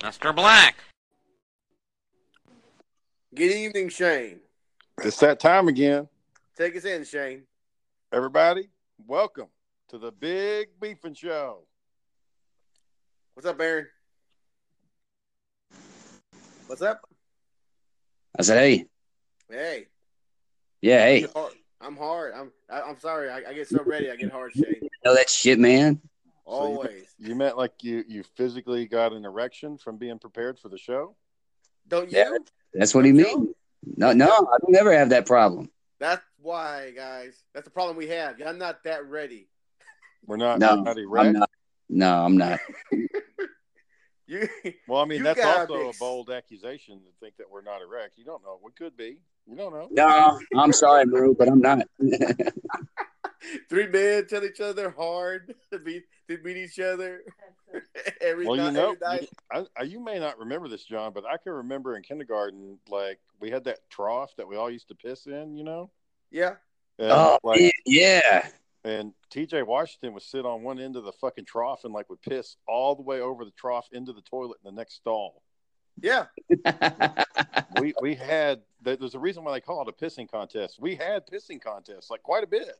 Mr. Black. Good evening, Shane. It's that time again, Take us in, Shane. everybody. Welcome to the Big Beefin' Show. What's up, Aaron? What's up? I said, "Hey, Hey, yeah, I hey, get hard. I'm hard. I'm I, I'm sorry. I, I get so ready. I get hard, Shane. know that shit, man." Always. You meant like you you physically got an erection from being prepared for the show. Don't you? Yeah. That's what he means. No, no, I don't never have that problem. That's why, guys. That's the problem we have. I'm not that ready. We're not No, we're not I'm erect. not. No, I'm not. You Well, I mean You that's gotta also be a ex- bold accusation to think that we're not erect. You don't know. We could be. You don't know. No, I'm sorry, bro, but I'm not. three men tell each other hard to beat to beat each other every, Well, night, you know, every night. I, I, you may not remember this, John, but I can remember in kindergarten, like we had that trough that we all used to piss in, you know. Yeah. And, Oh, like, man, yeah. and T.J. Washington would sit on one end of the fucking trough and like would piss all the way over the trough into the toilet in the next stall. Yeah. We we had there- there's a reason why they call it a pissing contest. We had pissing contests like quite a bit.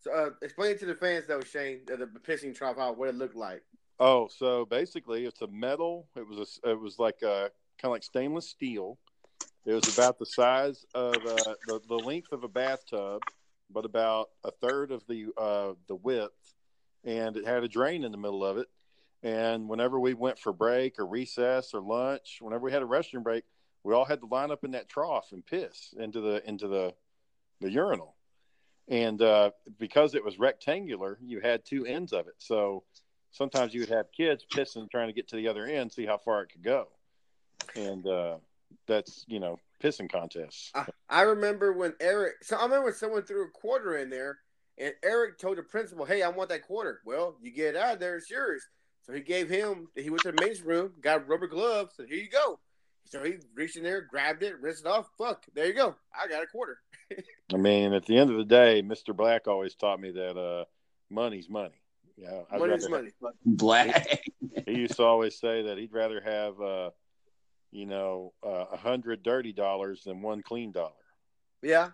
So uh, explain it to the fans though, Shane, the, the pissing trough out, what it looked like. Oh, so basically, it's a metal. It was a, it was like a kind of like stainless steel. It was about the size of uh, the the length of a bathtub, but about a third of the uh, the width, and it had a drain in the middle of it. And whenever we went for break or recess or lunch, whenever we had a restroom break, we all had to line up in that trough and piss into the into the the urinal. And uh, because it was rectangular, you had two ends of it. So sometimes you would have kids pissing trying to get to the other end, see how far it could go. And uh, that's you know pissing contests. I, I remember when Eric. So I remember when someone threw a quarter in there, and Eric told the principal, "Hey, I want that quarter." Well, you get it out of there, it's yours. So he gave him. He went to the men's room, got rubber gloves. So here you go. So he reached in there, grabbed it, rinsed it off. Fuck, there you go. I got a quarter. I mean, at the end of the day, Mister Black always taught me that uh, money's money. Yeah, I'd Money's rather- money. Black. He used to always say that he'd rather have uh, you know uh, a hundred dirty dollars than one clean dollar. Yeah.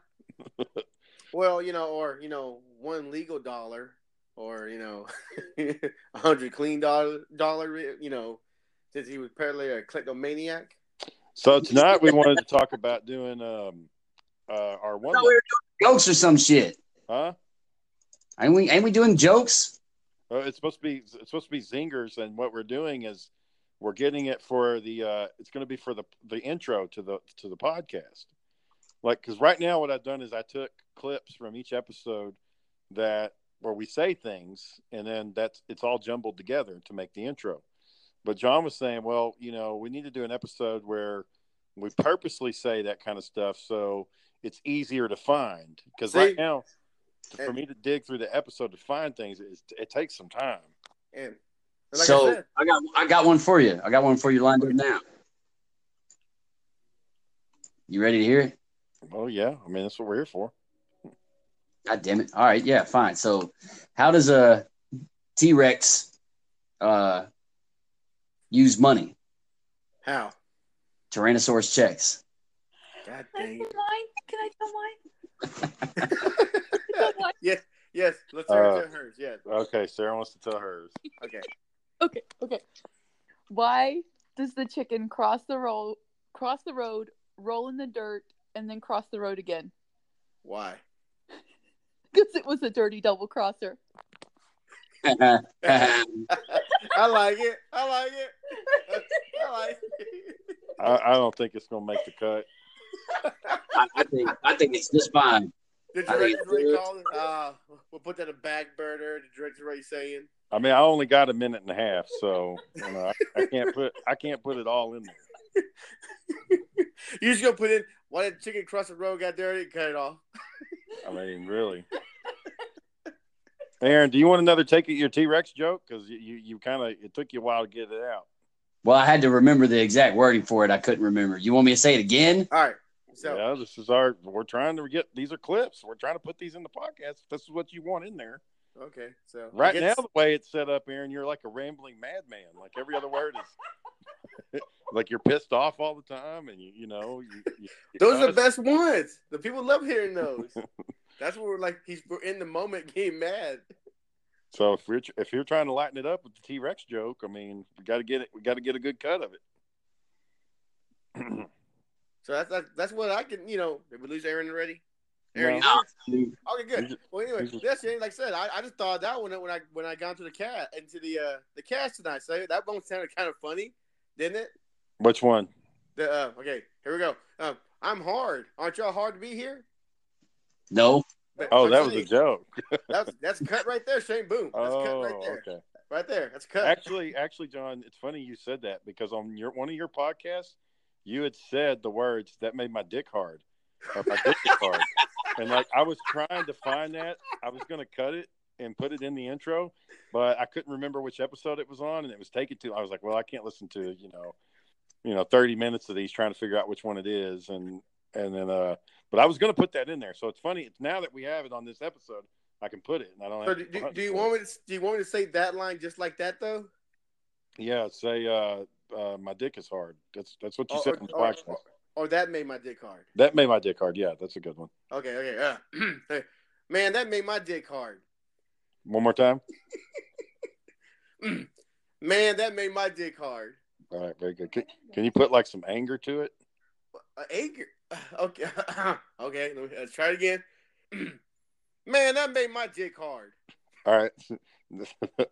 well, you know, or you know, one legal dollar, or you know, a hundred clean dollar dollar. You know, since he was apparently a kleptomaniac. So tonight we wanted to talk about doing um, uh, our one, No, we were doing jokes or some shit. huh? Ain't we? Ain't we doing jokes? Uh, it's supposed to be it's supposed to be zingers, and what we're doing is we're getting it for the uh, it's going to be for the the intro to the to the podcast. Like, because right now what I've done is I took clips from each episode that where we say things, and then that's it's all jumbled together to make the intro. But John was saying, well, you know, we need to do an episode where we purposely say that kind of stuff so it's easier to find because right See? now for me to dig through the episode to find things it, it takes some time And like I so said, I got I got one for you. I got one for you lined up now. You ready to hear it? Oh yeah, I mean that's what we're here for. God damn it! All right, yeah, fine. So, how does a T Rex uh, use money? How? Tyrannosaurus checks. God Can I dang tell it. mine? Can I tell mine? Tell mine? yes, let's hear Uh, it to hers. Yes. Okay, Sarah wants to tell hers. Okay. Okay, okay. Why does the chicken cross the roll, cross the road, roll in the dirt, and then cross the road again? Why? Because it was a dirty double crosser. I like it. I like it. I like it. I, I don't think it's gonna make the cut. I, I think I think it's just fine. The I think director's really it's- calling. Uh, we'll put that a back burner. The director's already saying. I mean, I only got a minute and a half, so you know, I, I can't put I can't put it all in there. You just gonna put in why did chicken cross the road got dirty and cut it off. I mean, really. Aaron, do you want another take at your T Rex joke? Because you, you, you kind of it took you a while to get it out. Well, I had to remember the exact wording for it. I couldn't remember. You want me to say it again? All right. So yeah, this is our we're trying to get these are clips. We're trying to put these in the podcast. This is what you want in there. okay. So I Right guess- now, the way it's set up, Aaron, you're like a rambling madman. Like every other word is like you're pissed off all the time, and you you know you, you, you those are the cuss. best ones. The people love hearing those. That's what we're like. He's we're in the moment, getting mad. So if we're tr- if you're trying to lighten it up with the T Rex joke, I mean, we got to get it. We got to get a good cut of it. So that's that's, that's what I can. You know, did we lose Aaron already? Aaron, No. you there? Okay, He's good. just- Well, anyway, he's just- that's it. Like I said, I, I just thought of that one when I when I got to the cat into the uh the cast tonight. So that one sounded kind of funny, didn't it? Which one? The uh, okay, here we go. Um, I'm hard. Aren't y'all hard to be here? No. But Oh, I'm that was a saying, joke. That's that's cut right there, Shane. Boom. That's cut Oh, right there. okay. Right there. That's cut. Actually, actually, John, it's funny you said that because on your one of your podcasts, you had said the words that made my dick hard, or my dick is hard, and like I was trying to find that. I was going to cut it and put it in the intro, but I couldn't remember which episode it was on, and it was taking too. I was like, well, I can't listen to you know, you know, thirty minutes of these trying to figure out which one it is, and and then uh, but I was going to put that in there. So it's funny. It's now that we have it on this episode, I can put it, and I don't. So have do, to do, hunt do you for it. want me to do you want me to say that line just like that though? Yeah, say uh, uh, my dick is hard. That's that's what you Or- said or- on the or- podcast. Or that made my dick hard. that made my dick hard. Yeah, that's a good one. Okay, okay. Uh, man, that made my dick hard. One more time. Man, that made my dick hard. All right, very good. Can, can you put like some anger to it? Uh, anger. Okay, okay. Let me, let's try it again. man, that made my dick hard. All right.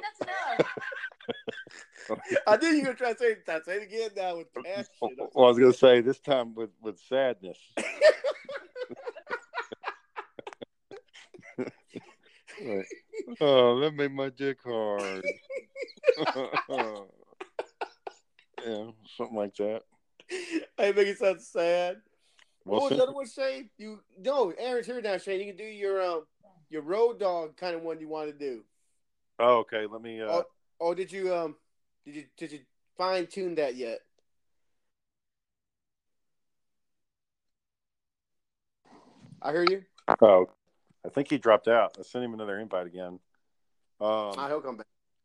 So- that's enough. I think you're gonna try to say that. Say it again now with ass shit. oh, well, I was gonna say this time with with sadness. Like, oh, that made my dick hard. yeah, something like that. I make it sound sad. Well, oh, since- another one, Shane. You no, Aaron's here now, Shane. You can do your um, your road dog kind of one you want to do. oh, okay. Let me. Uh, Oh, Or did you um, did you did you fine tune that yet? I hear you. Oh, I think he dropped out. I sent him another invite again. I Um, he'll come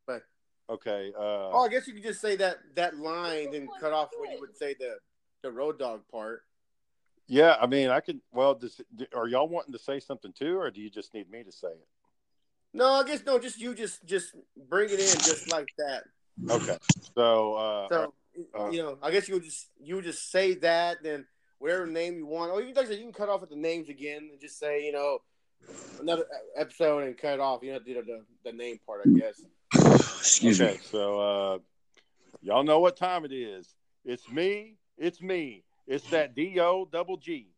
back. okay. Oh, Uh, I guess you could just say that that line, then cut off when you would say the the road dog part. yeah. I mean, I could. Well, does, are y'all wanting to say something too, or do you just need me to say it? No, I guess no. Just you, just just bring it in, just like that. Okay. So, uh, So uh, you know, I guess you would just you would just say that, then whatever name you want. Or you can like I said, you can cut off at the names again and just say you know another e, episode and cut it off. You know, the the, the name part, I guess. Excuse okay. So, uh, y'all know what time it is. It's me. It's me. It's that D O double G.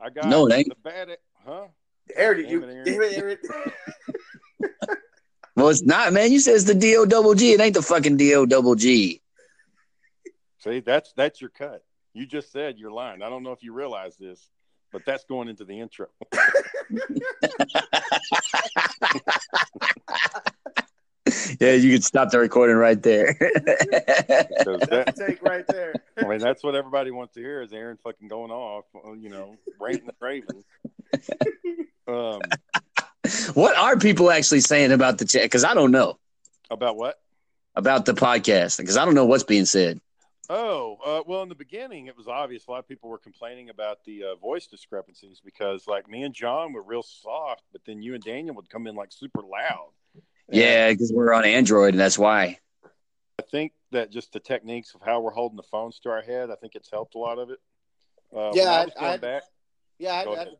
I got No, it ain't. the bad. e, Huh? Aaron, did you- Damn it, Well, it's not, man. You said it's the D O double G. It ain't the fucking D O double G. See, that's that's your cut. You just said you're lying. I don't know if you realize this, but that's going into the intro. yeah, you can stop the recording right there. 'Cause that- That's a take right there. I mean, that's what everybody wants to hear is Aaron fucking going off, uh, you know, ranting and raving. Um, what are people actually saying about the chat? Because I don't know about what? about the podcast because I don't know what's being said. Oh, uh, well, in the beginning, it was obvious. A lot of people were complaining about the uh, voice discrepancies because, like, me and John were real soft, but then you and Daniel would come in like super loud. And Yeah, because we're on Android and that's why. I think that just the techniques of how we're holding the phones to our head, I think it's helped a lot of it. Uh, Yeah, when I I- was going I- back. Yeah, I, Go I ahead.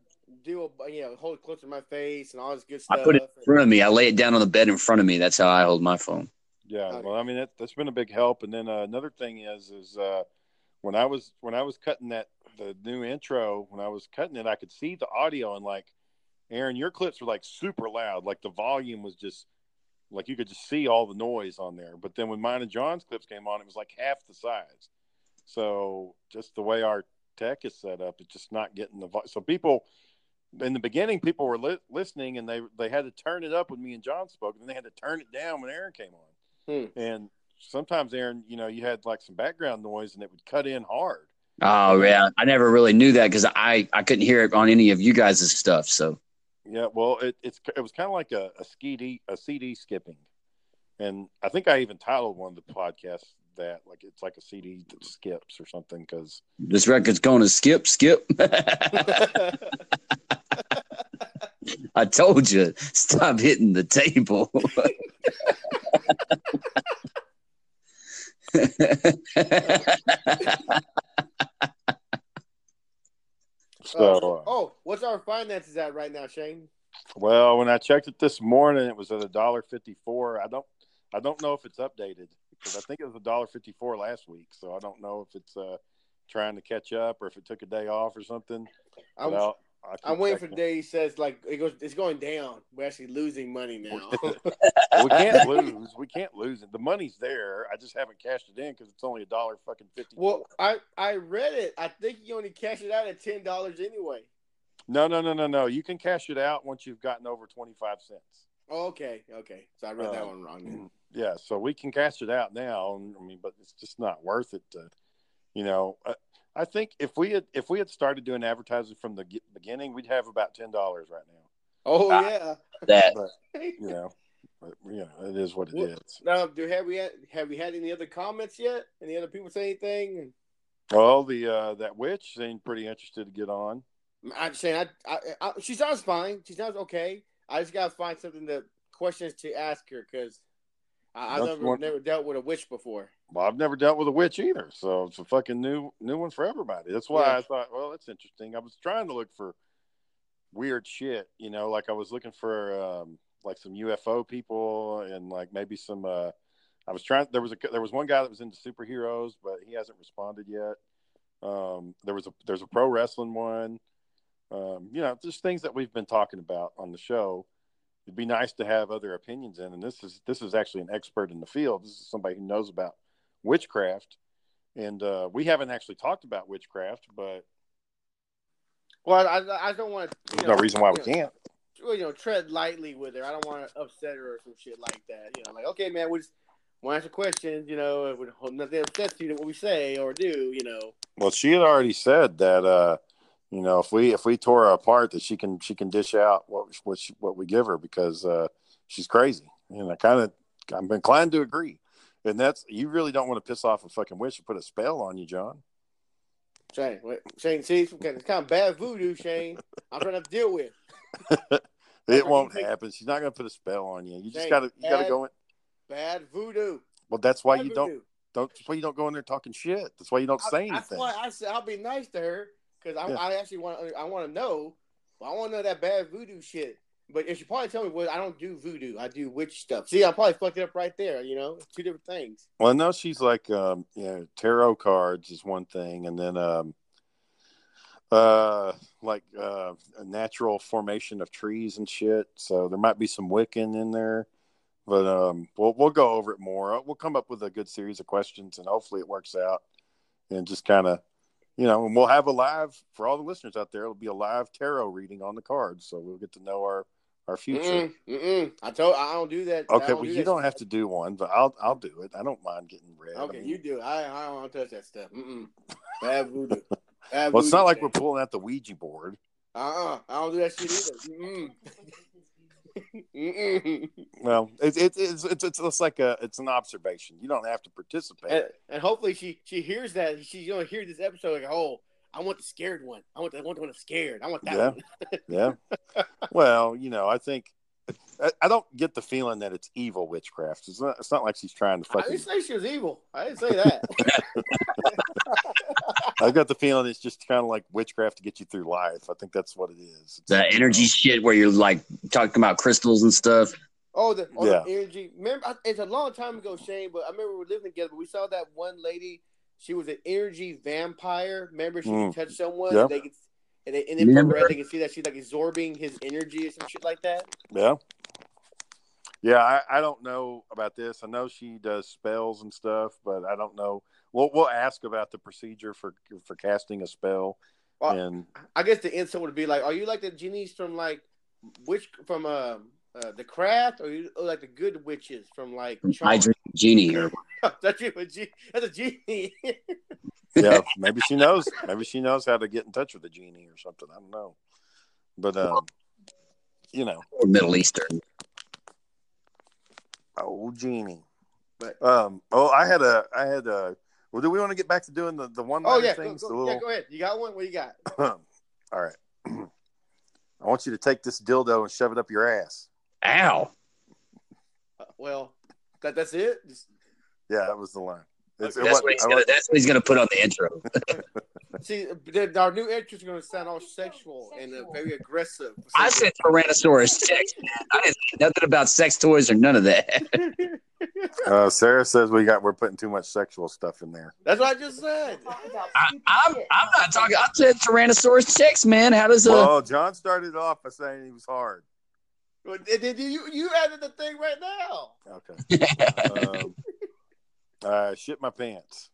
do a you know hold it close to my face and all this good stuff. I put it in front of me. I lay it down on the bed in front of me. That's how I hold my phone. Yeah, Okay. well, I mean that, that's been a big help. And then uh, another thing is, is uh, when I was when I was cutting that the new intro, when I was cutting it, I could see the audio and like, Aaron, your clips were like super loud, like the volume was just like you could just see all the noise on there. But then when mine and John's clips came on, it was like half the size. So just the way our tech is set up, it's just not getting the vo- so people. In the beginning, people were li- listening, and they they had to turn it up when me and John spoke, and then they had to turn it down when Aaron came on hmm. and sometimes aaron you know you had like some background noise and it would cut in hard Oh yeah, I never really knew that because I I couldn't hear it on any of you guys' stuff. So yeah well it, it's it was kind of like a, a cd a cd skipping and i think i even titled one of the podcasts that like it's like a cd that skips or something because this record's going to skip, skip. I told you, stop hitting the table. so uh, oh, what's our finances at right now, Shane? well when i checked it this morning it was at a dollar 54 i don't i don't know if it's updated because i think it was a dollar 54 last week so i don't know if it's uh trying to catch up or if it took a day off or something I'm, But I'll- I keep I'm waiting for the checking. day he says like it goes. It's going down. We're actually losing money now. we can't lose. We can't lose it. The money's there. I just haven't cashed it in because it's only a dollar fucking fifty. well, I I read it. I think you only cash it out at ten dollars anyway. no, no, no, no, no. You can cash it out once you've gotten over twenty five cents. Oh, okay, okay. So I read that Uh, one wrong. Then. Yeah, so we can cash it out now. and, I mean, but it's just not worth it to, you know. I, I think if we had if we had started doing advertising from the ge- beginning, we'd have about ten dollars right now. Oh Ah. yeah. that You know, but you know, it is what it Well- is. Now, do have we had, have we had any other comments yet? Any other people say anything? Well, the uh, that witch seemed pretty interested to get on. I'm saying I, I, I she sounds fine. She sounds okay. I just gotta find something to questions to ask her because I, I've That's never one- never dealt with a witch before. Well, I've never dealt with a witch either, so it's a fucking new new one for everybody. That's why Yeah. I thought, well, that's interesting. I was trying to look for weird shit, you know, like I was looking for um, like some UFO people and like maybe some. Uh, I was trying. There was a there was one guy that was into superheroes, but he hasn't responded yet. Um, there was a there's a pro wrestling one. Um, you know, just things that we've been talking about on the show. It'd be nice to have other opinions in, and this is this is actually an expert in the field. This is somebody who knows about witchcraft, and uh, we haven't actually talked about witchcraft, but Well, I, I, I don't want to. there's no reason why we you know, can't. well, you know, tread lightly with her. I don't want to upset her or some shit like that. You know, like okay, man, we just want to ask a question. You know, if we hope nothing upsets you what we say or do. You know, Well, she had already said that uh, you know if we if we tore her apart, that she can she can dish out what what she, what we give her because uh, she's crazy, and I kind of I'm inclined to agree. And that's you really don't want to piss off a fucking witch and put a spell on you, John. Shane, wait, Shane, see, it's kind of- it's kind of bad voodoo, Shane. I'm trying to deal with. It you won't think- happen. She's not going to put a spell on you. You just Hey, got to you got to Ed- go in. Bad voodoo. Well, that's why Bad you don't voodoo. don't that's why you don't go in there talking shit. That's why you don't I- say That's anything. why I said I'll be nice to her because I, Yeah. I actually want I want to know. I want to know that bad voodoo shit. But if you probably tell me, well, I don't do voodoo. I do witch stuff. See, I probably fucked it up right there. You know, two different things. Well, no, she's like, um, you know, tarot cards is one thing, and then, um, uh, like uh, a natural formation of trees and shit. So there might be some Wiccan in there, but um, we'll we'll go over it more. Uh, We'll come up with a good series of questions, and hopefully it works out. And just kind of, you know, and we'll have a live for all the listeners out there. It'll be a live tarot reading on the cards, so we'll get to know our our future. Mm-mm, Mm, mm-mm. I told. I don't do that. I Okay, don't well Mm-hmm. do you that don't shit. have to do one, but I'll I'll do it. I don't mind getting red. I Okay, mean, you do. I I don't touch that stuff. Mm-mm. Bad voodoo. Bad well, it's voodoo not like shit. we're pulling out the Ouija board. Uh uh I don't do that shit either. Mm-mm. Mm-mm. Well, it's it, it's it's it's it's like a it's an observation. You don't have to participate. And, and hopefully she she hears that. She's gonna hear this episode like, oh, I want the scared one. I want the I want the one that's scared. I want that Yeah. one. yeah. Well, you know, I think I, I don't get the feeling that it's evil witchcraft. It's not. It's not like she's trying to I fucking. didn't say she was evil. I didn't say that. I got the feeling it's just kind of like witchcraft to get you through life. I think that's what it is. The energy shit where you're like talking about crystals and stuff. Oh, the, oh, Yeah. the energy. Remember, I- it's a long time ago, Shane, but I remember we were living together. But we saw that one lady. She was an energy vampire. Remember, she Mm. could touch someone. Yeah. And they could, and they, in infrared, they could see that she's like absorbing his energy or some shit like that. Yeah. Yeah, I, I don't know about this. I know she does spells and stuff, but I don't know. We'll we'll ask about the procedure for for casting a spell. Well, and I guess the insult would be like, "Are you like the genies from like which from uh, uh the craft, or are you oh, like the good witches from like?" I Charmed?" drink genie or that's you, a ge- That's a genie. yeah, maybe she knows. Maybe she knows how to get in touch with the genie or something. I don't know, but um, you know, Middle Eastern. old genie. But- um, oh, I had a, I had a. Well, do we want to get back to doing the the one oh liner yeah, go, things? go- the yeah. little. Go ahead. You got one? What you got? All right. I want you to take this dildo and shove it up your ass. Ow. Uh, well, that that's it. Just- Yeah, that was the line. It's- it That's wasn't- what he's I gonna wasn't- that's what he's gonna put on the intro. See, the, our new entrance is going to sound all sexual and uh, very aggressive. I said Tyrannosaurus Tex, man. I didn't say nothing about sex toys or none of that. uh, Sarah says we got we're putting too much sexual stuff in there. That's what I just said. I, I'm I'm not talking I said Tyrannosaurus Tex, man. How does uh, a Well, John started off by saying he was hard. But did- did you you added the thing right now. Okay. um, uh, shit my pants.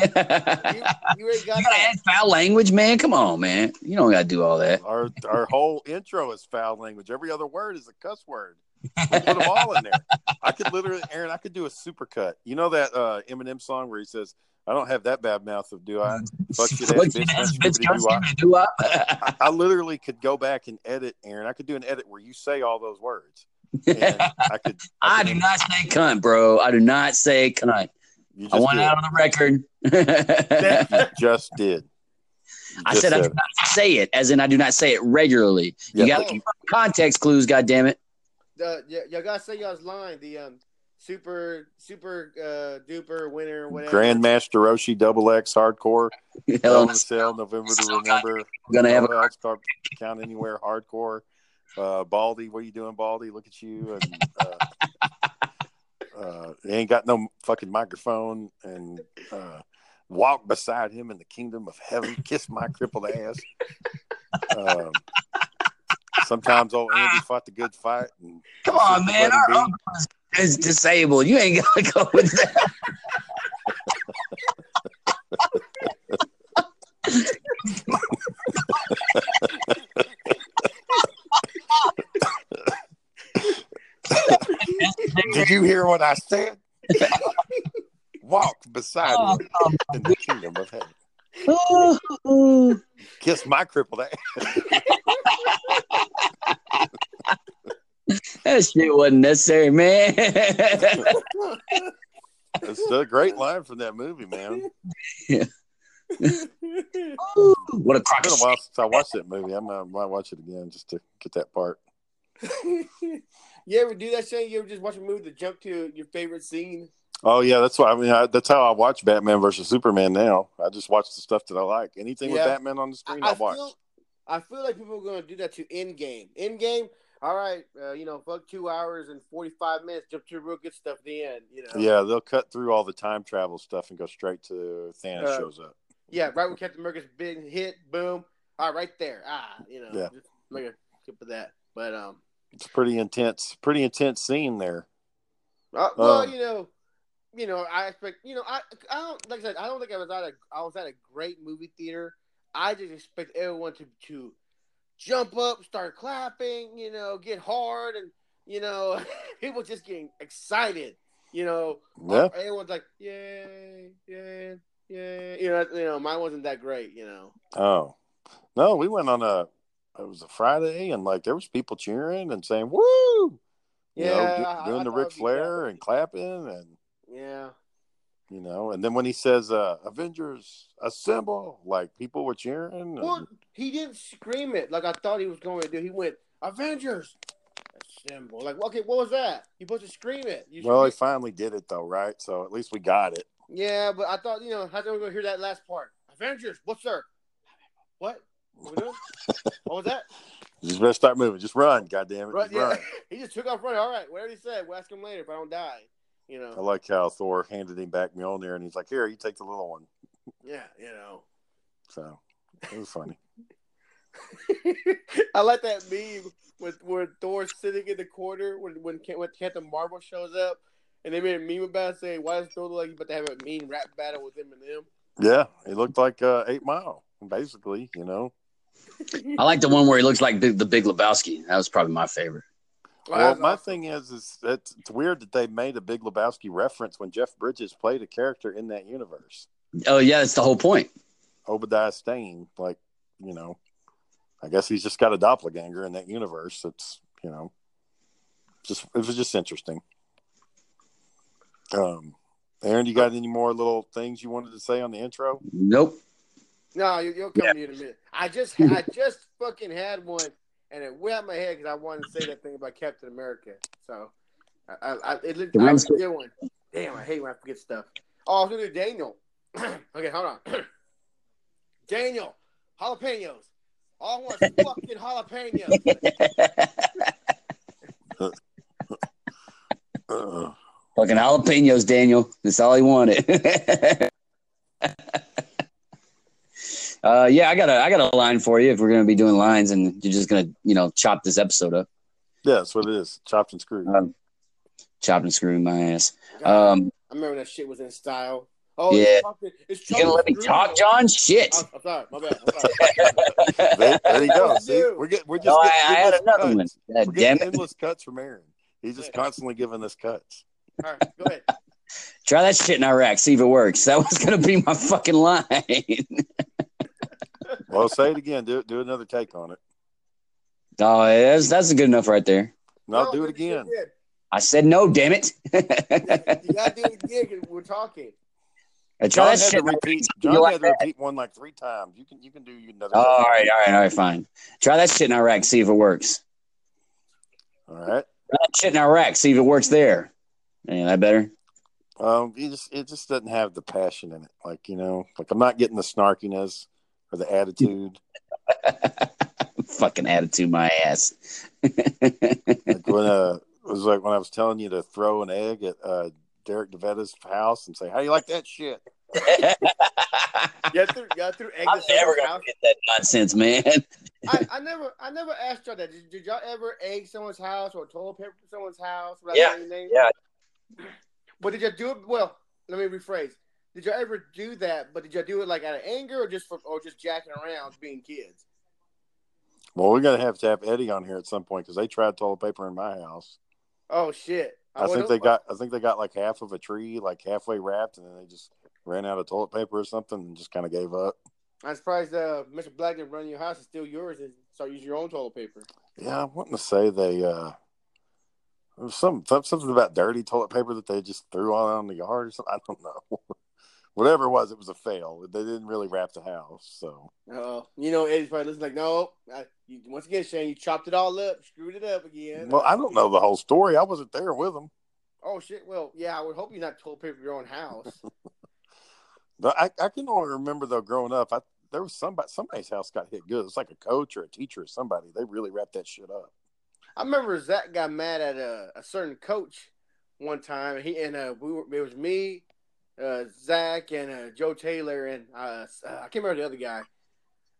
You, you ain't got You gotta that. add foul language, man. Come on, man. You don't gotta do all that. Our our whole intro is foul language. Every other word is a cuss word. We put them all in there. I could literally, Aaron, I could do a supercut. You know that uh, Eminem song where he says, "I don't have that bad mouth of do I." Fuck you, that Fuck bitch, you, that's bitch, skibbity-doo-wop. that's skibbity-doo-wop. I, I literally could go back and edit, Aaron. I could do an edit where you say all those words. And I could. I could- do not say cunt, bro. I do not say cunt. You just I want did. it out on the record. I You just did. You just said I do it. not say it, as in I do not say it regularly. You Yeah. gotta keep up context clues, goddammit. The, y- y'all gotta say y'all's line. The um super super uh duper winner whatever. Grandmaster Roshi Double X Hardcore. Hell Hell, in a Cell, November to Still Remember. I'm gonna have a All else count, count anywhere. Hardcore. Uh, Baldy, what are you doing, Baldy? Look at you. And uh, uh, he ain't got no fucking microphone. And uh, walk beside him in the kingdom of heaven. Kiss my crippled ass. Um, sometimes old Andy fought the good fight. And Come on, Just man. let 'em Our be. uncle is- is disabled. You ain't gotta go with that. Did you hear what I said? walk beside him in the kingdom of heaven. Kiss my crippled ass. that shit wasn't necessary, man. It's a great line from that movie, man. what a crock It's of been a shit. while since I watched that movie. I might, might watch it again just to get that part. you ever do that, Shane? You ever just watch a movie to jump to your favorite scene? Oh yeah, that's why. I mean, I, that's how I watch Batman versus Superman now. I just watch the stuff that I like. Anything Yeah. with Batman on the screen, I, watch. Feel, I feel like people are going to do that to Endgame. Endgame, all right, uh, you know, fuck two hours and 45 minutes, jump to the real good stuff at the end, you know. Yeah, they'll cut through all the time travel stuff and go straight to Thanos Uh, shows up. Yeah, right when Captain America's been hit, boom. All right, right there. Ah, you know, Yeah. just make a clip of that. But, um, It's pretty intense. Pretty intense scene there. uh, well, Um, you know, you know, I expect, you know, I, I don't, like I said, I don't think I was at a, I was at a great movie theater. I just expect everyone to, to, jump up, start clapping, you know, get hard, and you know, people just getting excited. You know, Um, Yeah. everyone's like, yay, yay, yay. You know, you know, mine wasn't that great. You know, Oh no, we went on a it was a Friday, and like there was people cheering and saying "woo," you know, do- I- doing I the thought Ric it'd be Flair better. and clapping, and yeah, you know, and then when he says uh, "Avengers assemble," like people were cheering. and- well, he didn't scream it like I thought he was going to do. He went Avengers assemble. Like, okay, what was that? You supposed to scream it. You well, he scream- finally did it though, right? So at least we got it. yeah, but I thought you know, how's everyone gonna hear that last part? Avengers, what's there? What? What, we doing? what was that? You just better start moving. Just run, goddamn it! Right, Just yeah. run. he just took off running. All right, whatever he said, we'll ask him later if I don't die. You I know. like how Thor handed him back Mjolnir, and he's like, "Here, you take the little one." Yeah, you know. So it was funny. I like that meme with where Thor's sitting in the corner when when, Ca- when Captain Marvel shows up, and they made a meme about it saying, "Why does Thor look like he's about to have a mean rap battle with Eminem?" yeah, he looked like uh, Eight Mile, basically. You know, I like the one where he looks like the, the Big Lebowski. That was probably my favorite. Well, that's my awesome. thing is, is it's, it's weird that they made a Big Lebowski reference when Jeff Bridges played a character in that universe, Oh yeah, that's the whole point. Obadiah Stane. Like, you know, I guess he's just got a doppelganger in that universe. It's you know, just it was just interesting. Um, Aaron, you got any more little things you wanted to say on the intro? Nope. No, you, you'll come to you in a minute. I just I just fucking had one, and it went out my head because I wanted to say that thing about Captain America. So, I, I, I it looked, I was doing. Damn, I hate when I forget stuff. Oh, I was gonna do Daniel. okay, hold on. Daniel, jalapenos. All I want is fucking jalapenos. Uh, Fucking jalapenos, Daniel. That's all he wanted. uh, yeah, I got a I got a line for you if we're gonna be doing lines and you're just gonna you know chop this episode up, yeah, that's what it is. Chopped and screwed. um, chop and screw my ass. Um, I remember that shit was in style. Oh Yeah. it's fucking, it's you gonna let me Charles talk, Green. John? Shit. I'm, I'm sorry, my bad. I'm sorry. There, there you go. Oh, See, dude. we're getting, we're just No, I, getting I had endless another one. cuts. God We're damn getting it. endless cuts from Aaron. He's just constantly giving us cuts. All right, go ahead. Try that shit in Iraq. See if it works. That was gonna be my fucking line. Well, say it again. Do do another take on it. oh, that's that's good enough right there. No, No, do it you did again. good. I said no, damn it. you gotta do it again 'cause we're talking. I John try had that shit. to in Iraq. repeat. You John like had to repeat one like three times. You can you can do another. Oh, all right, all right, all right, fine. Try that shit in Iraq. See if it works. All right. Try that shit in Iraq. See if it works there. Yeah, that better. Um, it just it just doesn't have the passion in it. Like you know, like I'm not getting the snarkiness or the attitude. Fucking attitude, my ass. like when uh, it was like when I was telling you to throw an egg at uh, Derek DeVetta's house and say, "How do you like that shit?" Yeah, through, yeah, through eggs. I'm at never someone's gonna house. forget that nonsense, man. I, I never, I never asked y'all that. Did, did y'all ever egg someone's house or toilet paper someone's house? without Yeah, saying names? yeah. But did y'all do it? Well, let me rephrase. Did y'all ever do that? But did y'all do it like out of anger or just for, or just jacking around being kids? Well, we're gonna have to have Eddie on here at some point because they tried toilet paper in my house. Oh shit! I, went think over- they got I think they got like half of a tree, like halfway wrapped, and then they just ran out of toilet paper or something and just kind of gave up. I'm surprised uh, Mr. Black didn't run your house and steal yours and start using your own toilet paper. Yeah, I wanted to say they uh, there was some some- something about dirty toilet paper that they just threw all out in the yard or something. I don't know. Whatever it was, it was a fail. They didn't really wrap the house, so Oh, you know, Eddie's probably listening like, no. I, you, once again, Shane, you chopped it all up, screwed it up again. well, I don't know the whole story. I wasn't there with them. Oh shit! Well, yeah, I would hope you're not toilet paper your own house. But I, I can only remember though growing up, I there was somebody somebody's house got hit good. It's like a coach or a teacher or somebody. They really wrapped that shit up. I remember Zach got mad at a, a certain coach one time. He and uh, we were, it was me, uh, Zach, and uh, Joe Taylor, and uh, s- uh, I can't remember the other guy.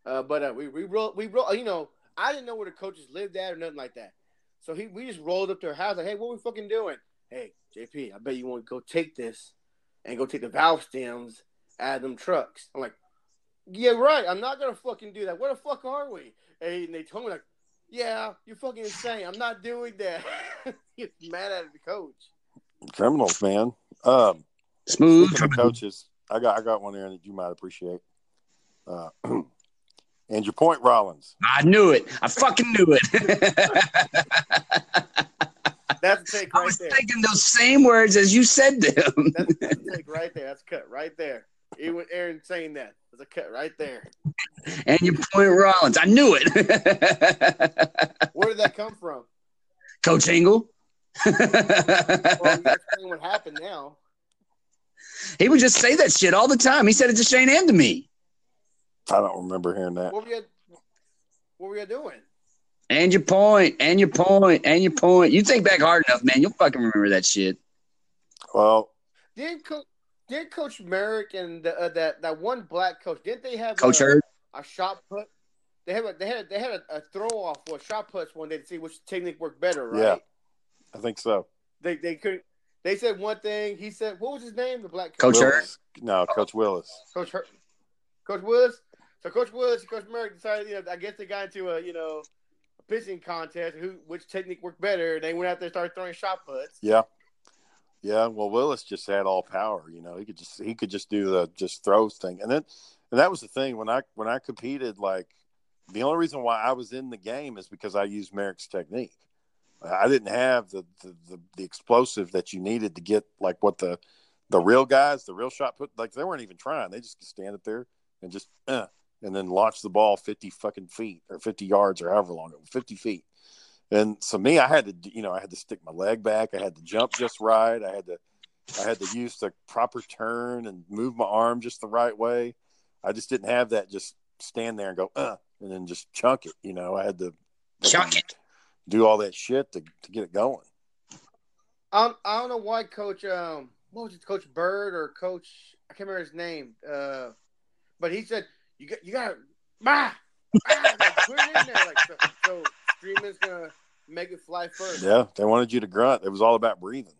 Uh, but uh, we we rolled we rolled. You know, I didn't know where the coaches lived at or nothing like that. So he we just rolled up to their house like, hey, what we fucking doing? Hey, JP, I bet you want to go take this and go take the valve stems out of them trucks. I'm like, yeah, right. I'm not gonna fucking do that. Where the fuck are we? And they told me like, yeah, you're fucking insane. I'm not doing that. He's mad at the coach. Criminals, man. Um, Smooth. speaking of coaches, I got I got one Aaron that you might appreciate. Uh, and your point, Rollins. I knew it. I fucking knew it. That's the take I right was there. thinking those same words as you said them. That's, that's a take right there. That's a cut right there. Even with Aaron saying that, there's a cut right there. and your point, Rollins. I knew it. Where did that come from? Coach Engel. Well, you explain what happened now. he would just say that shit all the time. He said it to Shane and to me. I don't remember hearing that. What were you? What were you doing? And your point, and your point, and your point. You think back hard enough, man. You'll fucking remember that shit. Well, Did coach? Did Coach Merrick and the, uh, that that one black coach? Didn't they have Coach uh, Hurd. a shot put. They had a, they had a, they had a, a throw off or shot puts one day to see which technique worked better, right? Yeah. I think so. They they couldn't. They said one thing. He said, "What was his name?" The black Coach Hurd? Willis. No, Coach Willis. Coach Hurt. Coach Willis. So Coach Willis, and Coach Merrick decided. You know, I guess they got into a you know a pitching contest. Who which technique worked better? They went out there and started throwing shot puts. Yeah. Yeah, well Willis just had all power, you know. He could just he could just do the just throws thing. And then and that was the thing when I when I competed like the only reason why I was in the game is because I used Merrick's technique. I didn't have the the, the, the explosive that you needed to get like what the the real guys, the real shot put like they weren't even trying. They just could stand up there and just uh, and then launch the ball 50 fucking feet or 50 yards or however long it 50 feet. And so me, I had to, d- you know, I had to stick my leg back. I had to jump just right. I had to, I had to use the proper turn and move my arm just the right way. I just didn't have that. Just stand there and go, uh, and then just chunk it. You know, I had to Chunk it. do all that shit to, to get it going. Um, I don't know why Coach um what was it, Coach Bird or Coach I can't remember his name. Uh, but he said you got you got ma, ma," like, put it in there like so, so Streamer's gonna make it fly first. Yeah, they wanted you to grunt. It was all about breathing.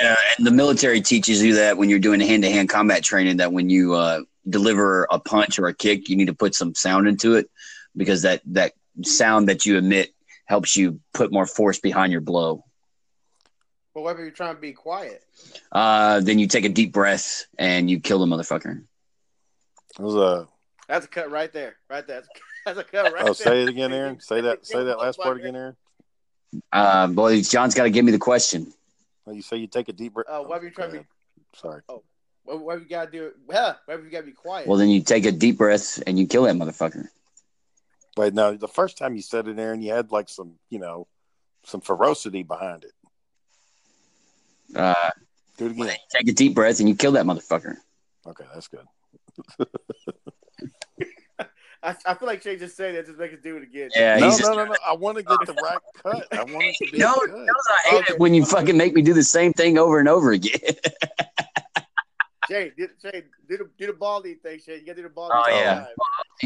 Yeah, and the military teaches you that when you're doing hand-to-hand combat training, that when you uh, deliver a punch or a kick, you need to put some sound into it because that that sound that you emit helps you put more force behind your blow. But what if you're trying to be quiet? Uh, then you take a deep breath and you kill the motherfucker. It was a. That's a cut right there, right there. That's a cut right there. Oh, say it again, Aaron. Say that. Say that last part again, Aaron. Uh, boy, John's got to give me the question. Oh, You say you take a deep breath. Uh, why are you trying to be? Sorry. What, what if you gotta do? Well, what if you gotta be quiet? Well, then you take a deep breath and you kill that motherfucker. Wait, no. The first time you said it, Aaron, you had like some, you know, some ferocity behind it. Uh, Do it well, again. then you take a deep breath and you kill that motherfucker. Okay, that's good. I, I feel like Shay just said that just make us do it again. Yeah, no, he's no, no, no. I want to get the right cut. I want it to be No, good. no, I hate it when you fucking make me do the same thing over and over again. Shay, do, Shay, do the do the baldy thing, Shay. You gotta do the baldy. Oh, all the yeah. time. Oh,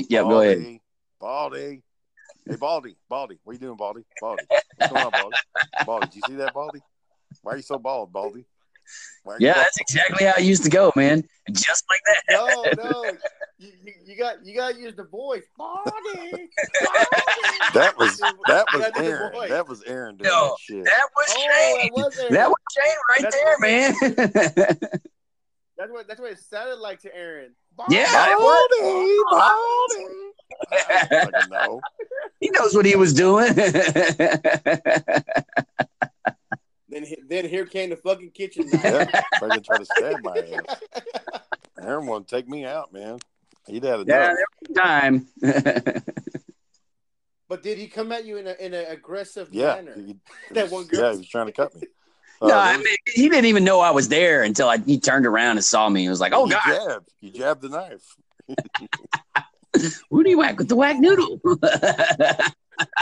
yeah, go ahead. Baldy. Baldy. Hey, Baldy. Baldy. What are you doing, Baldy? Baldy. What's going on, Baldy? Baldy. Did you see that, Baldy? Why are you so bald, Baldy? Why are you Yeah, bald? that's exactly how I used to go, man. Just like that. No, no. You, you, you got you got to use the voice. Marty. That was that was That is the Aaron. voice. That was Aaron doing No, that shit. That was Oh, Shane. that was Aaron. That was Shane right there, man. that's what that's what it sounded like to Aaron. Yeah. Baldy, Baldy. I don't fucking know. he knows what he was doing. Then he- then here came the fucking kitchen. Yeah, fucking try to stab my ass. Aaron wanted to take me out, man. He'd had yeah, enough. there was a time. but did he come at you in a in an aggressive Yeah, manner? he, That one girl- yeah, he was trying to cut me. Uh, no, I mean, he didn't even know I was there until I, he turned around and saw me. He was like, oh, you God, jabbed, you jabbed the knife. who do you whack with the whack noodle?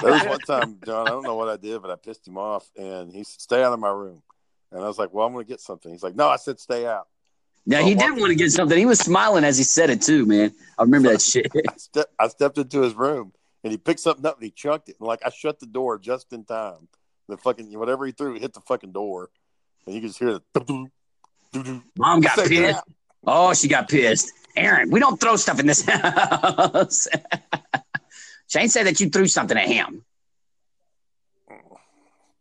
There was one time, John. I don't know what I did, but I pissed him off, and he said, "Stay out of my room." And I was like, "Well, I'm going to get something." He's like, "No, I said stay out." now, he did want to get something. He was smiling as he said it, too, man. I remember that shit. I, step, I stepped into his room, and he picked something up and he chunked it. And like I shut the door just in time. The fucking whatever he threw hit the fucking door, and you could just hear the. doo-doo, doo-doo. Mom got Say, pissed. "Yeah." Oh, she got pissed. Aaron, we don't throw stuff in this house. Shane said that you threw something at him.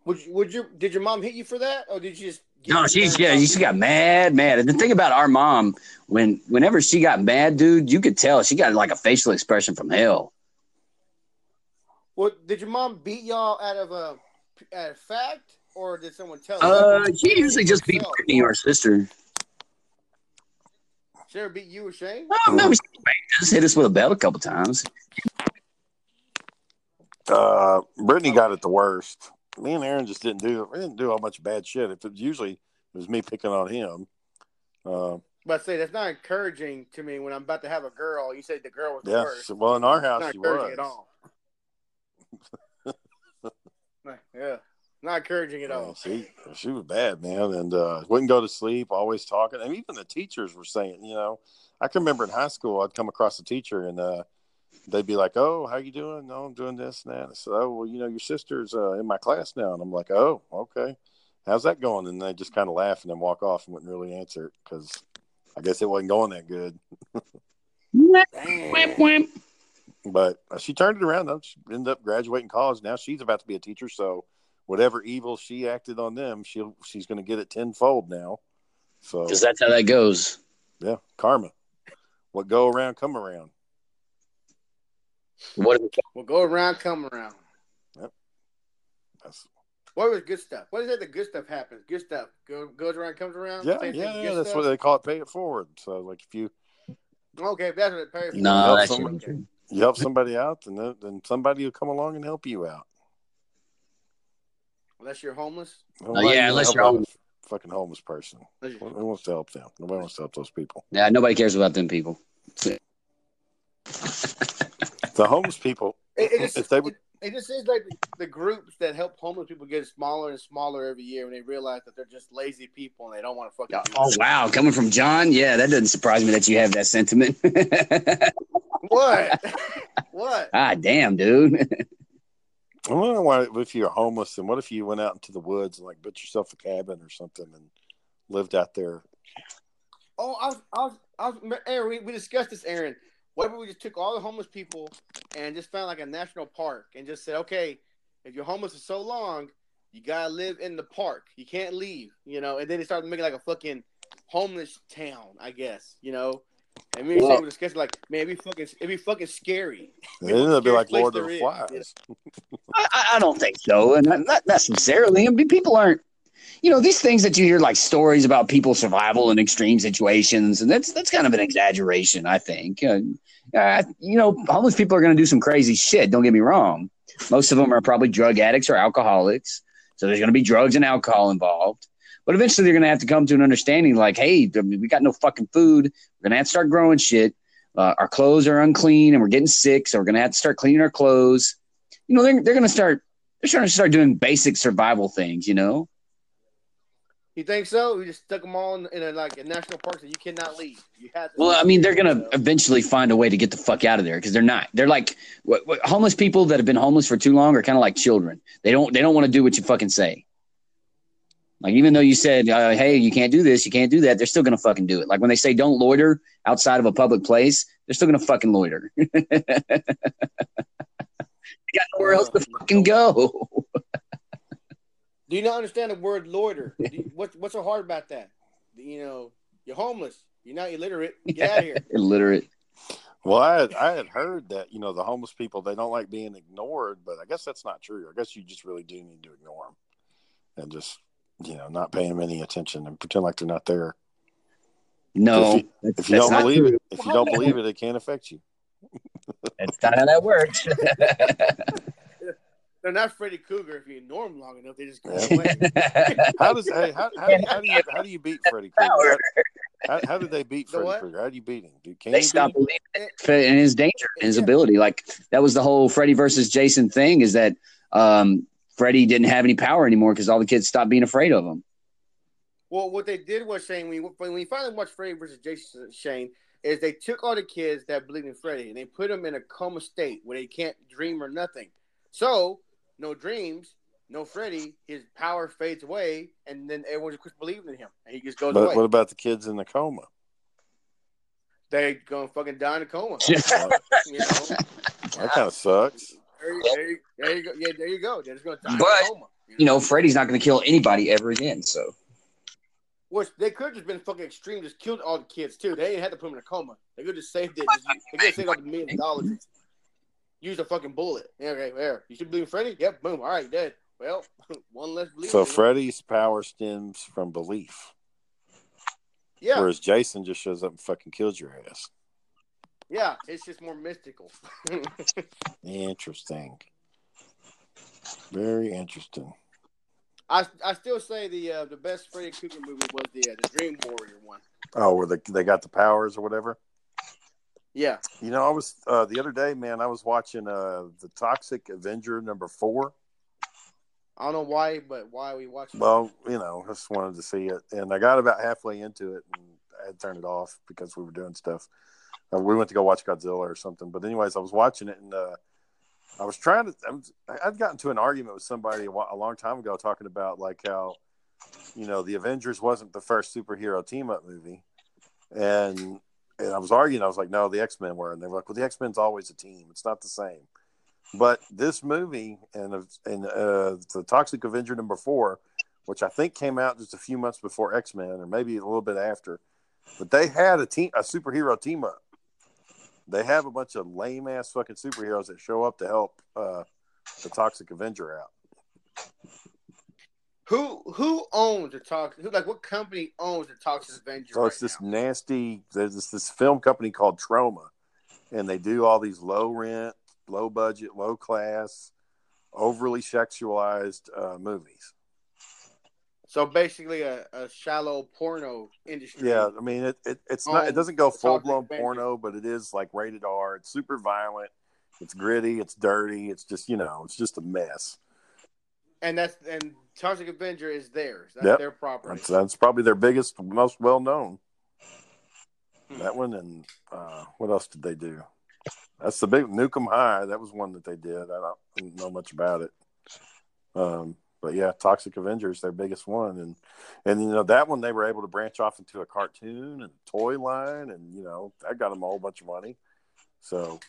Would you, would you did your mom hit you for that, or did you just? No, she's yeah, she got mad, mad. And the thing about our mom, when whenever she got mad, dude, you could tell she got like a facial expression from hell. What did your mom beat y'all out of a out of fact, or did someone tell? you? Uh, she usually just beat Herself. Brittany, our sister. She ever beat you or Shane? Oh no, she just hit us with a belt a couple times. Uh, Brittany got it the worst. Me and Aaron just didn't do we didn't do all much bad shit. If it usually it was me picking on him. Uh, But I say that's not encouraging to me when I'm about to have a girl. You said the girl was the yes. worst. Well, in our It's house, not she encouraging at was. all. Like, yeah, not encouraging at Oh, all. she she was bad, man, and uh, wouldn't go to sleep, always talking, and even the teachers were saying, you know, I can remember in high school, I'd come across a teacher, and uh, they'd be like, "Oh, how you doing? No, I'm doing this and that." I said, "Oh, well, you know, your sister's uh, in my class now," and I'm like, "Oh, okay, how's that going?" And they just kind of laugh and then walk off and wouldn't really answer because I guess it wasn't going that good. But uh, she turned it around. Though. She ended up graduating college. Now she's about to be a teacher. So whatever evil she acted on them, she will she's going to get it tenfold now. So Because that's how that goes. yeah, karma. What go around, come around. What? Well, go around, come around. That's, What was good stuff? What is it? The good stuff happens. Good stuff go, goes around, comes around. yeah, Same thing, yeah, good yeah. That's stuff? what they call it. Pay it forward. So like if you Okay, that's what it pays for. No, Yeah, that's someone- you help somebody out, then th- then somebody will come along and help you out. Unless you're homeless. Nobody Uh, yeah, will unless help you're out homeless. a Fucking homeless person. Unless Who you're- who wants to help them? Nobody wants to help those people. yeah. Nobody cares about them people. The homeless people, It, it just, if they would, it just seems like the, the groups that help homeless people get smaller and smaller every year when they realize that they're just lazy people and they don't want to fucking. do Oh wow, coming from John, yeah, that doesn't surprise me that you have that sentiment. it. What? what? ah, damn, dude. I wonder why if you're homeless, and what if you went out into the woods and like built yourself a cabin or something and lived out there? Oh, I was, I was, I was, Aaron, we, we discussed this, Aaron. What if we just took all the homeless people and just found like a national park and just said, okay, if you're homeless for so long, you gotta live in the park. You can't leave, you know. And then they started making like a fucking homeless town, I guess, you know. And me and Shane were discussing like, man, it'd be fucking, it'd be fucking scary. And then it'd be Scariest like place Lord of there the is. Flies. I, I- I don't think so, and not, not necessarily. I mean, people aren't, you know, these things that you hear like stories about people's survival in extreme situations, and that's that's kind of an exaggeration, I think. Uh, uh, you know, homeless people are going to do some crazy shit. Don't get me wrong. Most of them are probably drug addicts or alcoholics, so there's going to be drugs and alcohol involved. But eventually, they're going to have to come to an understanding, like, hey, I mean, we got no fucking food. We're going to have to start growing shit. Uh, our clothes are unclean, and we're getting sick, so we're going to have to start cleaning our clothes you know they're, they're going to start they're trying to start doing basic survival things you know You think so? We just stuck them all in, in a, like a national park that you cannot leave. You have to. well i mean they're going to So- eventually find a way to get the fuck out of there because they're not they're like what, what, homeless people that have been homeless for too long are kind of like children they don't they don't want to do what you fucking say like even though you said uh, hey you can't do this you can't do that they're still going to fucking do it like when they say don't loiter outside of a public place they're still going to fucking loiter you got nowhere else to fucking go Do you not understand the word loiter? Do you- what, what's so hard about that? You know, you're homeless. You're not illiterate. Get out of here. illiterate Well, I had, I had heard that you know the homeless people they don't like being ignored, but I guess that's not true. I guess you just really do need to ignore them and just you know not pay them any attention and pretend like they're not there. no If you- If you that's don't not believe true. it, if you don't believe it, it can't affect you. That's not how that works. They're not Freddy Cougar. If you ignore them long enough, they just go Yeah. away. How does hey how, how, do, you, how do you how do you beat Freddy Krueger? How, how, how did they beat The Freddy what? Krueger? How do you beat him? Dude, can they you stop beat him? believing in his danger and his ability. Like that was the whole Freddy versus Jason thing. Is that um, Freddy didn't have any power anymore because all the kids stopped being afraid of him. Well, what they did was Shane. When, when we finally watched Freddy versus Jason, Shane is they took all the kids that believed in Freddy and they put them in a coma state where they can't dream or nothing. So no dreams, no Freddy. His power fades away, and then everyone just quits believing in him, and he just goes But away. what about the kids in the coma? they gonna fucking die in a coma. but You know, That kind of sucks. there, you- there, you- there you go. Yeah, there you go. They're just gonna die in But, a coma. you know, Freddy's not going to kill anybody ever again. So Which they could have just been fucking extreme, just killed all the kids too. They ain't had to put them in a coma. They could just saved it. Just- they could have saved up a million dollars. Use a fucking bullet. Yeah, okay, there. You should believe in Freddy? Yep, boom. All right, dead. Well, one less belief. So Freddy's power stems from belief, Yeah, whereas Jason just shows up and fucking kills your ass. yeah. It's just more mystical. Interesting. Very interesting. I I still say the uh, the best Freddy Krueger movie was the uh, the Dream Warrior one. Oh, where they they got the powers or whatever. Yeah. You know, I was uh, the other day, man. I was watching uh, the Toxic Avenger number four. I don't know why, but why are we watching? Well, you know, I just wanted to see it, and I got about halfway into it, and I had turned it off because we were doing stuff. Uh, we went to go watch Godzilla or something, but anyways, I was watching it, and uh, I was trying to. I'm, I'd gotten to an argument with somebody a, whi- a long time ago talking about like how, you know, the Avengers wasn't the first superhero team up movie, and and I was arguing. I was like, no, the X Men were, and they were like, well, the X Men's always a team. It's not the same. But this movie and and uh, the Toxic Avenger number four which I think came out just a few months before X Men, or maybe a little bit after. But they had a team, a superhero team up. They have a bunch of lame ass fucking superheroes that show up to help uh, the Toxic Avenger out. Who who owns the toxic? Who like what company owns the Toxic Avenger? So it's right this now? nasty. There's this, this film company called Trauma, and they do all these low rent, low budget, low class, overly sexualized uh, movies. So basically, a, a shallow porno industry. Yeah, I mean it. it it's not. Um, It doesn't go Toxic full blown Avenger. porno, but it is like rated R. It's super violent. It's gritty. It's dirty. It's just you know. It's just a mess. and that's and Toxic Avenger is theirs. That's Yep. their property. That's, that's probably their biggest, most well known. Hmm. That one and uh, what else did they do? That's the big Nukem High. That was one that they did. I don't, I don't know much about it. Um, but yeah, Toxic Avengers, their biggest one, and and you know that one they were able to branch off into a cartoon and toy line, and you know that got them a whole bunch of money. So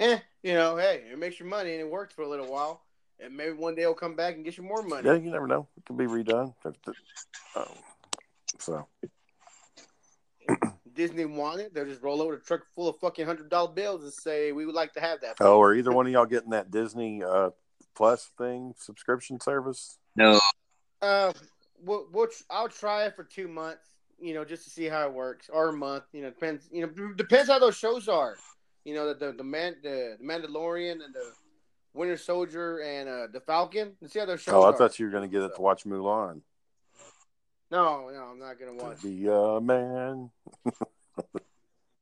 Eh, you know, hey, it makes your money and it works for a little while, and maybe one day it'll come back and get you more money. Yeah, you never know. It could be redone. If the- um, so Disney want it, they'll just roll over a truck full of fucking hundred dollar bills and say we would like to have that. oh, are either one of y'all getting that Disney uh, Plus thing subscription service? no, Uh, we'll, we'll tr- I'll try it for two months, you know, just to see how it works, or a month, you know, depends, you know, depends how those shows are, you know, the the the, Man, the, the Mandalorian and the Winter Soldier and uh, the Falcon. Let's see how those shows. Oh, I are. thought you were going to get it to watch Mulan. No, no, I'm not gonna watch. it. The uh, man.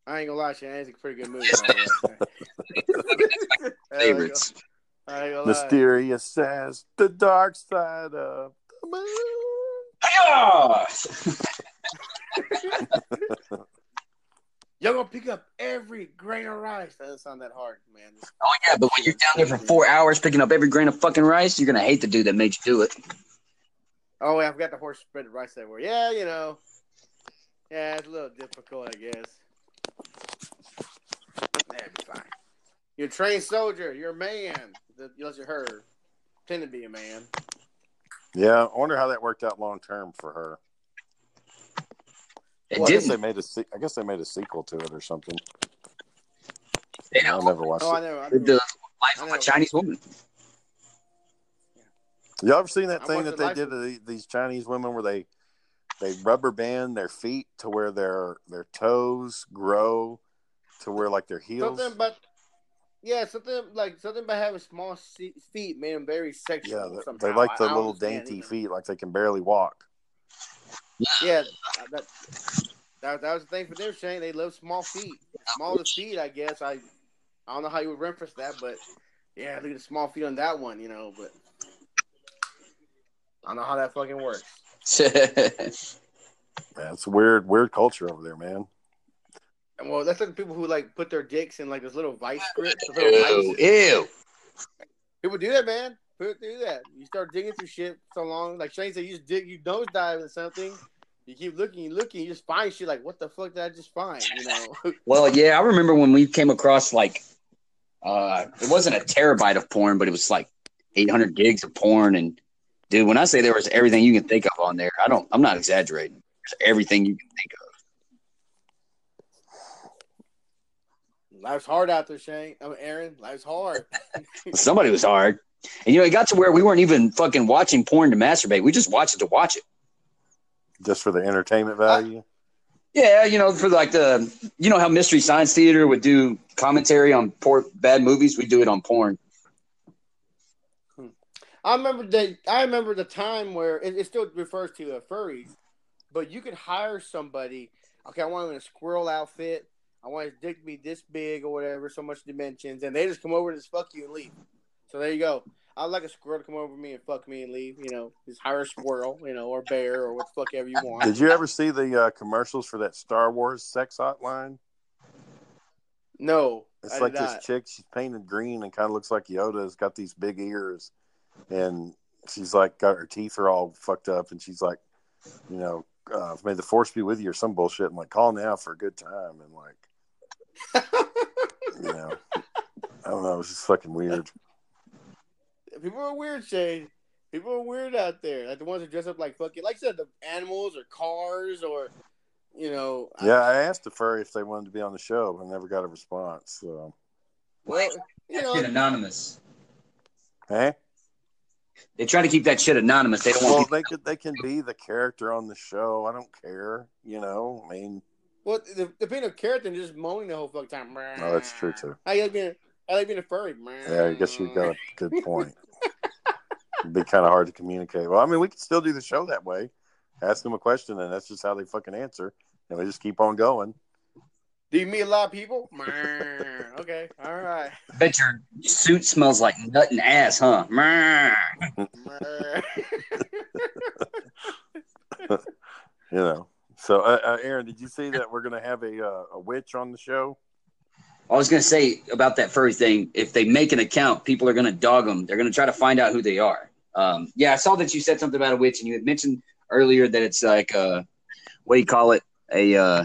I ain't gonna lie, Shannon. It's a pretty good movie. by the way. favorites. I ain't gonna lie. Mysterious says the dark side of the moon. Ah! Y'all gonna pick up every grain of rice. That doesn't sound that hard, man. Oh yeah, but when you're down there for four hours picking up every grain of fucking rice, you're gonna hate the dude that made you do it. Oh, wait, I forgot the horse spread the rice everywhere. Yeah, you know. Yeah, it's a little difficult, I guess. That'd be fine. You're a trained soldier. You're a man. The- Unless you're her. Tend to be a man. Yeah, I wonder how that worked out long term for her. It Well, I guess didn't. they made a se- I guess they made a sequel to it or something. They I don't never watched Oh, I it. know. I do the know. life of a Chinese woman. Y'all ever seen I that thing watched that the they life did to the, these Chinese women where they they rubber band their feet to where their their toes grow to where like their heels? Something about. Yeah, something like something about having small se- feet made them very sexual. Yeah, they- somehow. they like the I- I don't little understand dainty either. feet, like they can barely walk. Yeah, that, that, that was the thing for them, Shane. They love small feet. Small the feet, I guess. I I don't know how you would reference that, but yeah, look at the small feet on that one, you know, but I don't know how that fucking works. Yeah, it's a weird, weird culture over there, man. And, Well, that's like the people who like put their dicks in like this little vice grips. those little ew, vices. ew. People do that, man. People do that. You start digging through shit so long. Like Shane said, you just dig, you nose dive in something. You keep looking, you looking, you just find shit like, what the fuck did I just find? You know, Well, yeah, I remember when we came across like uh it wasn't a terabyte of porn, but it was like 800 gigs of porn and dude, when I say there was everything you can think of on there, I don't I'm not exaggerating. There's everything you can think of. life's hard out there, Shane. I mean, Aaron, life's hard. Somebody was hard. And you know, it got to where we weren't even fucking watching porn to masturbate. We just watched it to watch it. Just for the entertainment value. Yeah, you know, for like the you know how Mystery Science Theater would do commentary on poor bad movies, we do it on porn. I remember the I remember the time where it, it still refers to uh, furries, but you could hire somebody. Okay, I want him in a squirrel outfit. I want his dick to be this big or whatever, so much dimensions, and they just come over and just fuck you and leave. So there you go. I'd like a squirrel to come over me and fuck me and leave. You know, just hire a squirrel, you know, or bear or what the fuck ever you want. Did you ever see the uh, commercials for that Star Wars sex hotline? No, It's I like did this not. chick. She's painted green and kind of looks like Yoda. Has got these big ears, and she's like, got her teeth are all fucked up, and she's like, you know, uh, may the force be with you or some bullshit. And like, call now for a good time, and like, you know, I don't know. It's just fucking weird. People are weird, Shane. People are weird out there. Like the ones who dress up like fucking, like I said, the animals or cars or, you know. I- Yeah, I asked the furry if they wanted to be on the show, but I never got a response. So, well, you know, anonymous. eh? They try to keep that shit anonymous. They don't want well, people- they could they can be the character on the show. I don't care. You know, I mean, Well, the, the being a carrot and just moaning the whole fucking time. no, Oh, that's true too. I like being, I like being a furry. Yeah, I guess you got a good point. It'd be kind of hard to communicate. Well, I mean, we could still do the show that way. Ask them a question, and that's just how they fucking answer, and we just keep on going. Do you meet a lot of people? Mrrr. okay, all right. bet your suit smells like nut and ass, huh? Mrrr. Mrrr. You know. So, uh, uh, Aaron, did you see that we're gonna have a uh, a witch on the show? I was gonna say about that furry thing. If they make an account, people are gonna dog them. They're gonna try to find out who they are. Um, yeah, I saw that you said something about a witch, and you had mentioned earlier that it's like uh, what do you call it? A, uh,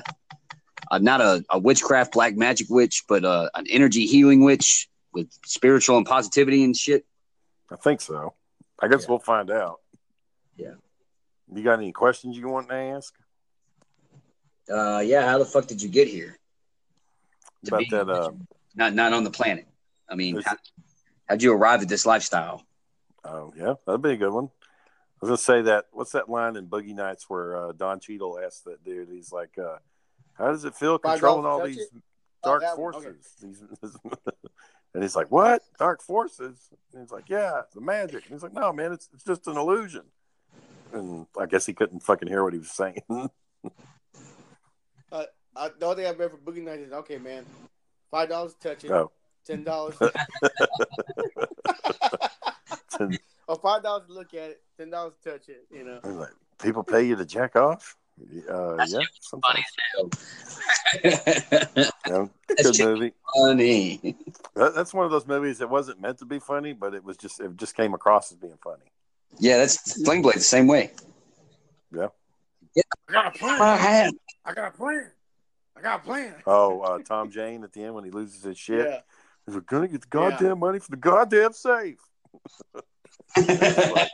a not a, a witchcraft black magic witch, but uh, an energy healing witch with spiritual and positivity and shit. I think so. I guess we'll find out. Yeah. You got any questions you want to ask Uh, yeah, how the fuck did you get here? To about be that? Uh, not not on the planet. I mean, Is how, how'd you arrive at this lifestyle? Oh yeah, that'd be a good one. I was gonna say that. What's that line in Boogie Nights where uh, Don Cheadle asks that dude? He's like, uh, "How does it feel By controlling God, all touch these it? Oh, dark that one, okay. forces?" These- and he's like, "What dark forces?" And he's like, "Yeah, the magic." And he's like, "No, man, it's it's just an illusion." And I guess he couldn't fucking hear what he was saying. uh, the only thing I've read for Boogie Nights is okay, man. Five dollars touch it. oh, Ten dollars. and or five dollars to look at it. Ten dollars to touch it. You know. he's like, people pay you to jack off. Uh, yeah, sometimes. Yeah, good That's movie. Funny. That, that's one of those movies that wasn't meant to be funny, but it was just it just came across as being funny. Yeah, that's Sling Blade the same way. Yeah. I got a My hand. I got a plan. I got a plan. Oh, uh, Tom Jane at the end when he loses his shit, Yeah. he's like, "Gonna get the goddamn money for the goddamn safe." that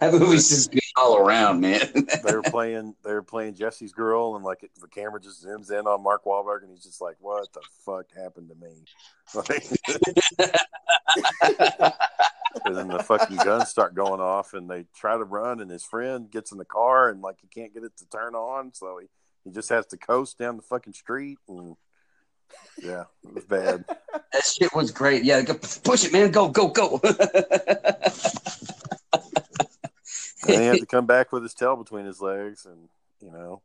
Uh, movie's just good all around, man. they were playing they were playing Jesse's Girl, and like it, the camera just zooms in on Mark Wahlberg, and he's just like, "What the fuck happened to me?" Like, and then the fucking guns start going off, and they try to run, and his friend gets in the car, and like he can't get it to turn on, so he, he just has to coast down the fucking street, and yeah, it was bad. that shit was great. Yeah, go, push it, man. Go, go, go. and he had to come back with his tail between his legs and you know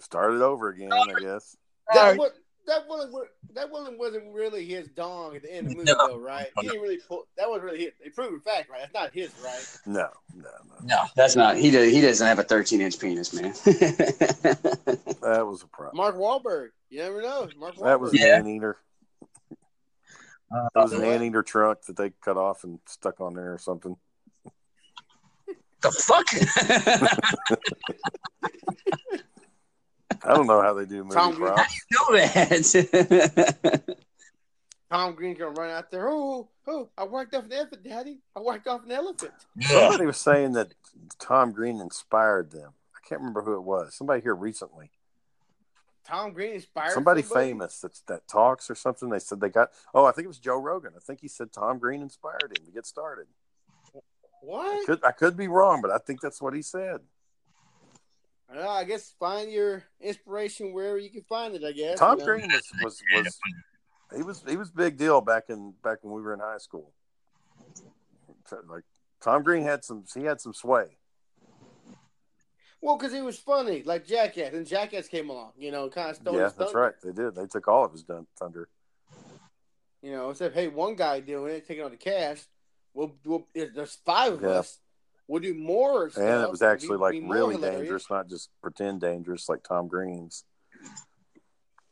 start it over again i guess That was, that wasn't that wasn't wasn't really his dong at the end of the movie though, right? He didn't really pull. That wasn't really his. A proven fact, right? That's not his, right? no no no no, that's not. He does, he doesn't have a 13 inch penis, man. that was a problem Mark Wahlberg. You never know. Mark Wahlberg. that was Yeah. an anteater that was an anteater trunk that they cut off and stuck on there or something the fuck? I don't know how they do movie Tom props. know that. Tom Green's gonna run out there. Oh, oh, I whacked off an elephant, Daddy. I whacked off an elephant. Somebody was saying that Tom Green inspired them. I can't remember who it was. Somebody here recently. Tom Green inspired Somebody famous that's, that talks or something. They said they got. Oh, I think it was Joe Rogan. I think he said Tom Green inspired him to get started. I What? could I could be wrong, but I think that's what he said. I, don't know, I guess find your inspiration wherever you can find it. I guess you Tom know? Green was, was was he was he was big deal back in back when we were in high school. Like Tom Green had some he had some sway. Well, because he was funny, like Jackass, and Jackass came along. You know, kind of stole yeah, his that's thunder. right. They did. They took all of his dun- thunder. You know, except hey, one guy doing it, taking all the cash. We'll, we'll if there's five of Yeah. us. We'll do more. And stuff. it was actually It'd be- like be more really hilarious. dangerous, not just pretend dangerous like Tom Green's.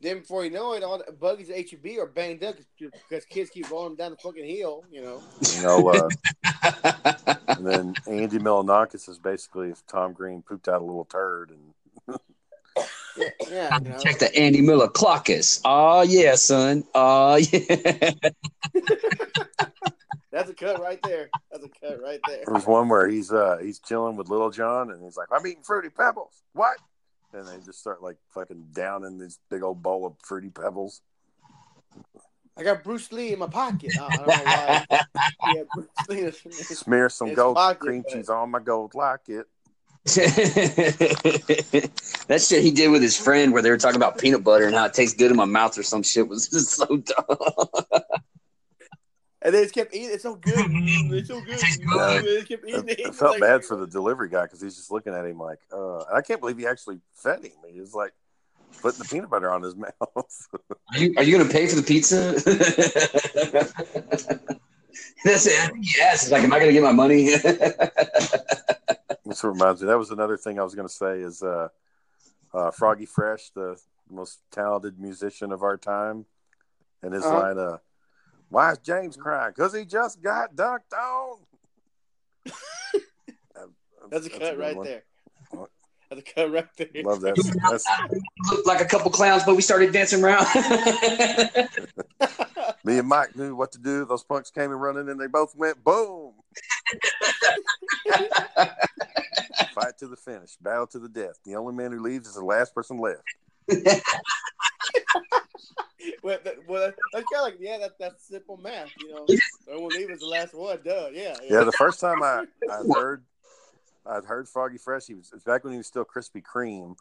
Then before you know it, all the buggies at HEB are banged up because kids keep rolling them down the fucking hill. You know. You know, uh, and then Andy Milonakis is basically if Tom Green pooped out a little turd and Yeah. yeah Time you to know. check the Andy Miller clock is. Oh yeah, son. Oh yeah. That's a cut right there. That's a cut right there. There was one where he's uh he's chilling with Little John and he's like, I'm eating fruity pebbles. What? And they just start like fucking downing this big old bowl of fruity pebbles. I got Bruce Lee in my pocket. I, I don't know why. yeah, Bruce Lee. Is, Smear some It's gold pocket, cream but- cheese on my gold locket. that shit he did with his friend where they were talking about peanut butter and how it tastes good in my mouth or some shit was just so dumb. and they just kept eating. It's so good. Mm, It's so good. Yeah. Mm, They just kept eating. It, it It's felt like- bad for the delivery guy because he's just looking at him like, uh and I can't believe he actually fed him. He was like putting the peanut butter on his mouth. Are you, are you gonna pay for the pizza? That's it. I think he asked. He's like, am I gonna get my money? Which reminds me, that was another thing I was going to say is uh, uh, Froggy Fresh, the most talented musician of our time, and his Uh-huh. line, uh, "Why is James crying? Because he just got dunked on." That's a cut good right one. there. What? That's a cut right there. Love that. That's, Looked like a couple clowns, but we started dancing around. me and Mike knew what to do. Those punks came and running, and they both went boom. Fight to the finish, battle to the death. The only man who leaves is the last person left. well, that, well, that- that's kind of like yeah, that, that's simple math. You know, the one leave is the last one. Duh. Yeah. Yeah, the first time I, I heard I'd heard Froggy Fresh, he was it was back when he was still Krispy Kreme,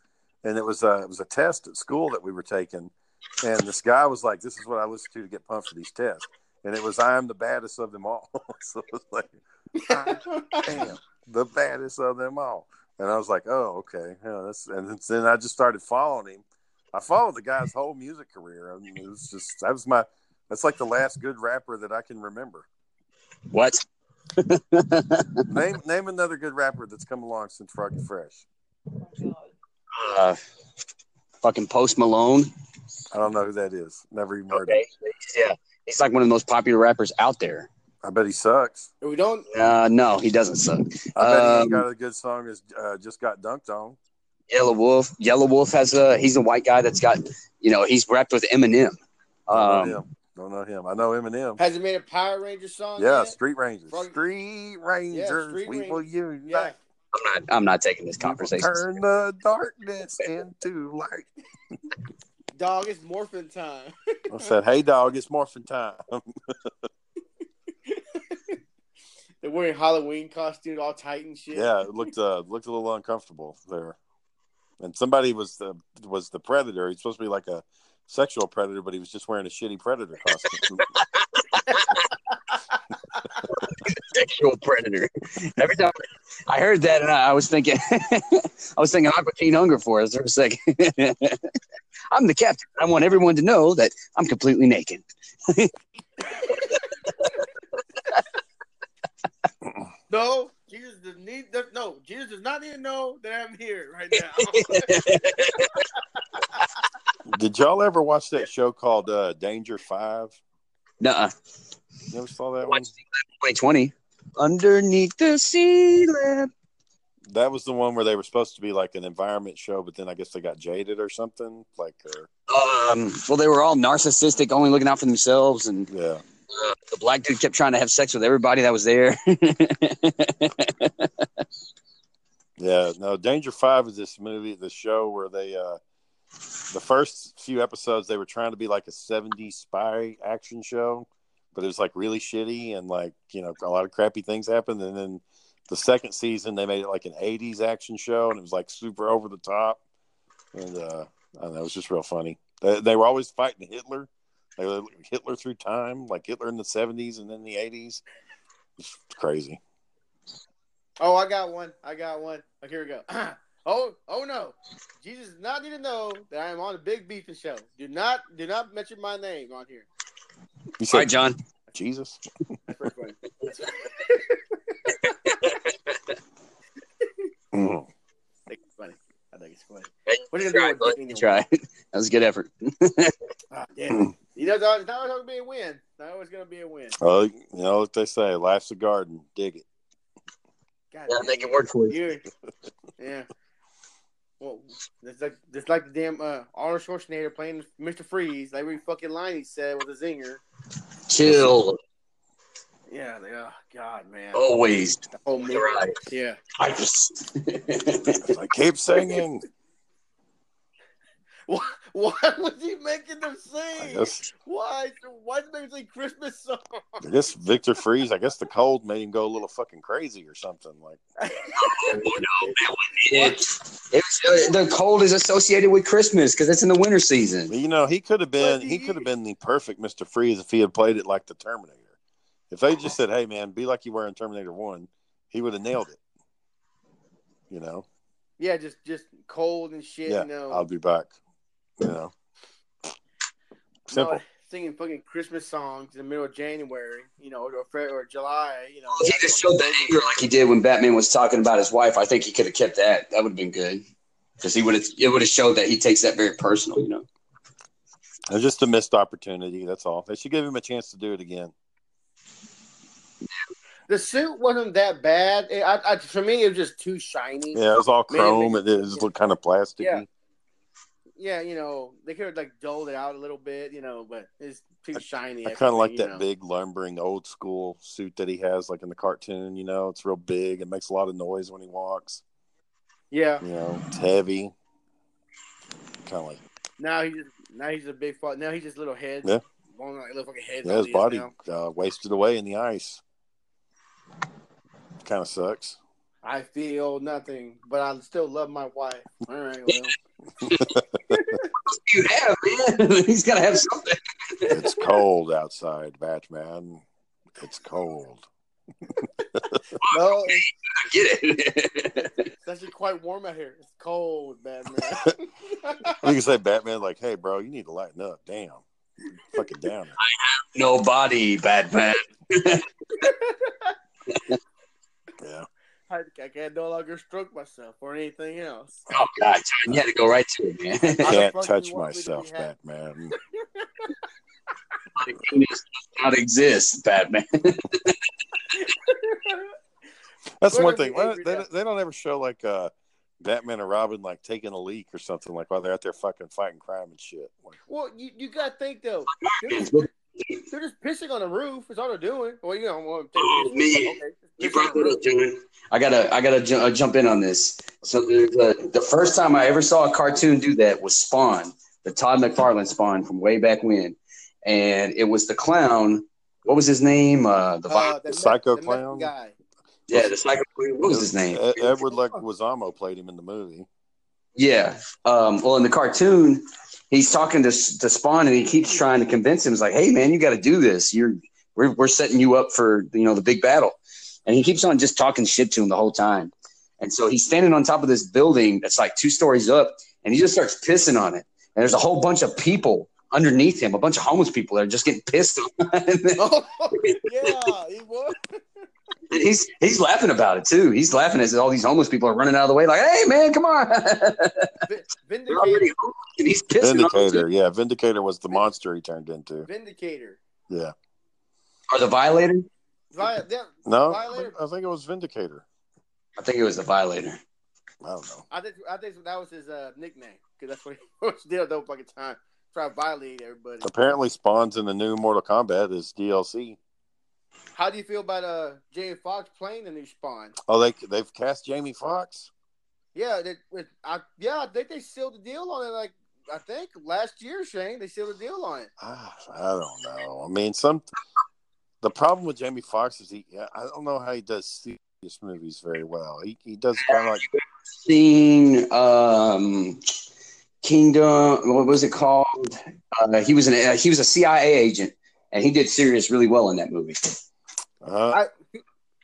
and it was a it was a test at school that we were taking, and this guy was like, "This is what I listen to to get pumped for these tests," and it was "I am the baddest of them all." so it was like, "I am the baddest of them all," and I was like, "Oh, okay." Yeah, that's, and then I just started following him. I followed the guy's whole music career. I mean, it was just that was my that's like the last good rapper that I can remember. what? Name name another good rapper that's come along since Froggy Fresh. Uh, fucking Post Malone. I don't know who that is. Never even heard Okay. Yeah. He's like one of the most popular rappers out there. of. him. I bet he sucks. If we don't. Uh, no, he doesn't suck. I bet he ain't Um, got a good song that's uh, just got dunked on. Yellow Wolf. Yellow Wolf has a. He's a white guy that's got. You know, he's rapped with Eminem. Don't know Um, him. Don't know him. I know Eminem. Has it made a Power Ranger song? Yeah, yet? Street Rangers. Froggy- Street Rangers. Street we Rangers. will unite. Yeah. I'm not. I'm not taking this We will conversation. turn the darkness into light. Dog, it's morphin time. I said, "Hey, dog, it's morphin' time." They're wearing Halloween costumes, all tight and shit. yeah, it looked uh, looked a little uncomfortable there. And somebody was the was the predator. He's supposed to be like a sexual predator, but he was just wearing a shitty predator costume. Sexual predator. Every time I heard that, and I, I was thinking, I was thinking, I'm a keen hunger for us for a second. I'm the captain. I want everyone to know that I'm completely naked. No, Jesus does need does- no. Jesus does not need to know that I'm here right now. Did y'all ever watch that show called uh, Danger Five? Nuh-uh. Never saw that one. Watched 2020. Underneath the sea lab. That was the one where they were supposed to be like an environment show, but then I guess they got jaded or something. Like, uh, Um, well, they were all narcissistic, only looking out for themselves, and yeah, uh, the black dude kept trying to have sex with everybody that was there. yeah. No, Danger Five is this movie, the show where they, uh, the first few episodes, they were trying to be like a 70s spy action show, but it was like really shitty and like, you know, a lot of crappy things happened. And then the second season, they made it like an 80s action show and it was like super over the top. And, uh, I don't know, it was just real funny. They, they were always fighting Hitler. They were Hitler through time, like Hitler in the 70s and then the 80s. It's crazy. Oh, I got one. I got one. Oh, here we go. oh, oh no. Jesus does not need to know that I am on the Big Beefing Show. Do not, do not mention my name on here. You said All right, John. Jesus? That's pretty funny. Mm. I think it's funny. I think it's funny. Hey, What are you Try, gonna it, do bud. with Dick anyway? try. it. That was a good effort. Ah, damn. it. You know, it's always- it's always gonna be a win. It's always gonna be a win. Well, Oh, you know what they say life's a garden. Dig it. God Yeah, damn make it work for you. You, yeah. Well, it's like it's like the damn uh, Arnold Schwarzenegger playing Mr. Freeze. Like every fucking line he said was a zinger. Chill. Yeah. They, oh God, man. Always. oh on the rise. Yeah. Ice. It's like, keep singing. Why, why was he making them I sing? guess, Why? Why did they sing Christmas song? I guess Victor Freeze, I guess the cold made him go a little fucking crazy or something. Like, it, it was, uh, the cold is associated with Christmas because it's in the winter season. you know, he could have been, But he- he could have been the perfect Mr. Freeze if he had played it like the Terminator. If they just said, hey, man, be like you were in Terminator 1, he would have nailed it. You know, yeah, just just cold and shit. Yeah, you know, I'll be back. You know, simple. No, singing fucking Christmas songs in the middle of January, you know, or Fe- or July, you know. If he just showed that anger like he did when Batman was talking about his wife, I think he could have kept that. That would have been good because he would have. It would have showed that he takes that very personal. You know. It was just a missed opportunity. That's all. They should give him a chance to do it again. The suit wasn't that bad. It- I, I, for me, it was just too shiny. Yeah, it was all Man, chrome. they- it it just looked kind of plasticky. Yeah. Yeah, you know, they could have like doled it out a little bit, you know, but it's too shiny. I kind of like you that know. big lumbering old school suit that he has, like in the cartoon. You know, it's real big. It makes a lot of noise when he walks. Yeah. You know, it's heavy. Kind of like Now he's now he's a big fuck. Now he's just little head. Yeah. Long, like, little fucking head. yeah, his body uh, wasted away in the ice. Kind of sucks. I feel nothing, but I still love my wife. All right, well. You have man. He's got to have something. It's cold outside, Batman. It's cold. no, it's, I get it. it's actually quite warm out here. It's cold, Batman. You can say Batman, like, "Hey, bro, you need to lighten up. Damn, fucking down." Nobody, Batman. Yeah. I, I can no longer stroke myself or anything else. Oh God, John, you had to go right to it, man. How the Can't fuck do touch you want me to be myself, happy? Batman. It does not exist, Batman. That's We're one gonna thing. be Why angry don't- They, now. don't- they don't ever show like uh, Batman and Robin like taking a leak or something like while they're out there fucking fighting crime and shit. Like, Well, you, you gotta think though. They're just, they're just pissing on the roof. Is all they're doing. Well, you know, well, take Oh, a piss. man. Okay, just You piss brought on the that up, John. I gotta, I gotta ju- uh, jump in on this. So the, the the first time I ever saw a cartoon do that was Spawn, the Todd McFarlane Spawn from way back when, and it was the clown. What was his name? Uh, the roof. vi- Uh, that Psycho Mex- the Mexican clown? guy. yeah, the psycho. What was his name? E- Edward Leguizamo played him in the movie. Yeah. Um, well, in the cartoon, he's talking to to Spawn, and he keeps trying to convince him. He's like, "Hey, man, you got to do this. You're we're we're setting you up for you know the big battle." And he keeps on just talking shit to him the whole time. And so he's standing on top of this building that's like two stories up, and he just starts pissing on it. And there's a whole bunch of people underneath him, a bunch of homeless people that are just getting pissed on. Oh, yeah, he was. And he's he's laughing about it too. He's laughing as all these homeless people are running out of the way, like, "Hey, man, come on!" Vi- They're already Vindicator. homeless, and he's pissing on them. Vindicator, yeah, Vindicator was the monster he turned into. Vindicator. Yeah, Or the violator. Vi- that- no, Violator. I think it was Vindicator. I think it was the violator. I don't know. I think I think that was his uh, nickname because that's what he was did the whole fucking time. Try to violate everybody. Apparently, spawns in the new Mortal Kombat is DLC. How do you feel about uh Jay Fox playing the new Spawn? Oh, they they've cast Jamie Fox. Yeah, they, it, I yeah I think they sealed the deal on it. Like I think last year, Shane, they sealed the deal on it. Ah, I don't know. I mean, some the problem with Jamie Fox is he. I don't know how he does serious movies very well. He he does kind of like Seen um, Kingdom. What was it called? Uh, he was an uh, he was a CIA agent, and he did serious really well in that movie. uh, I,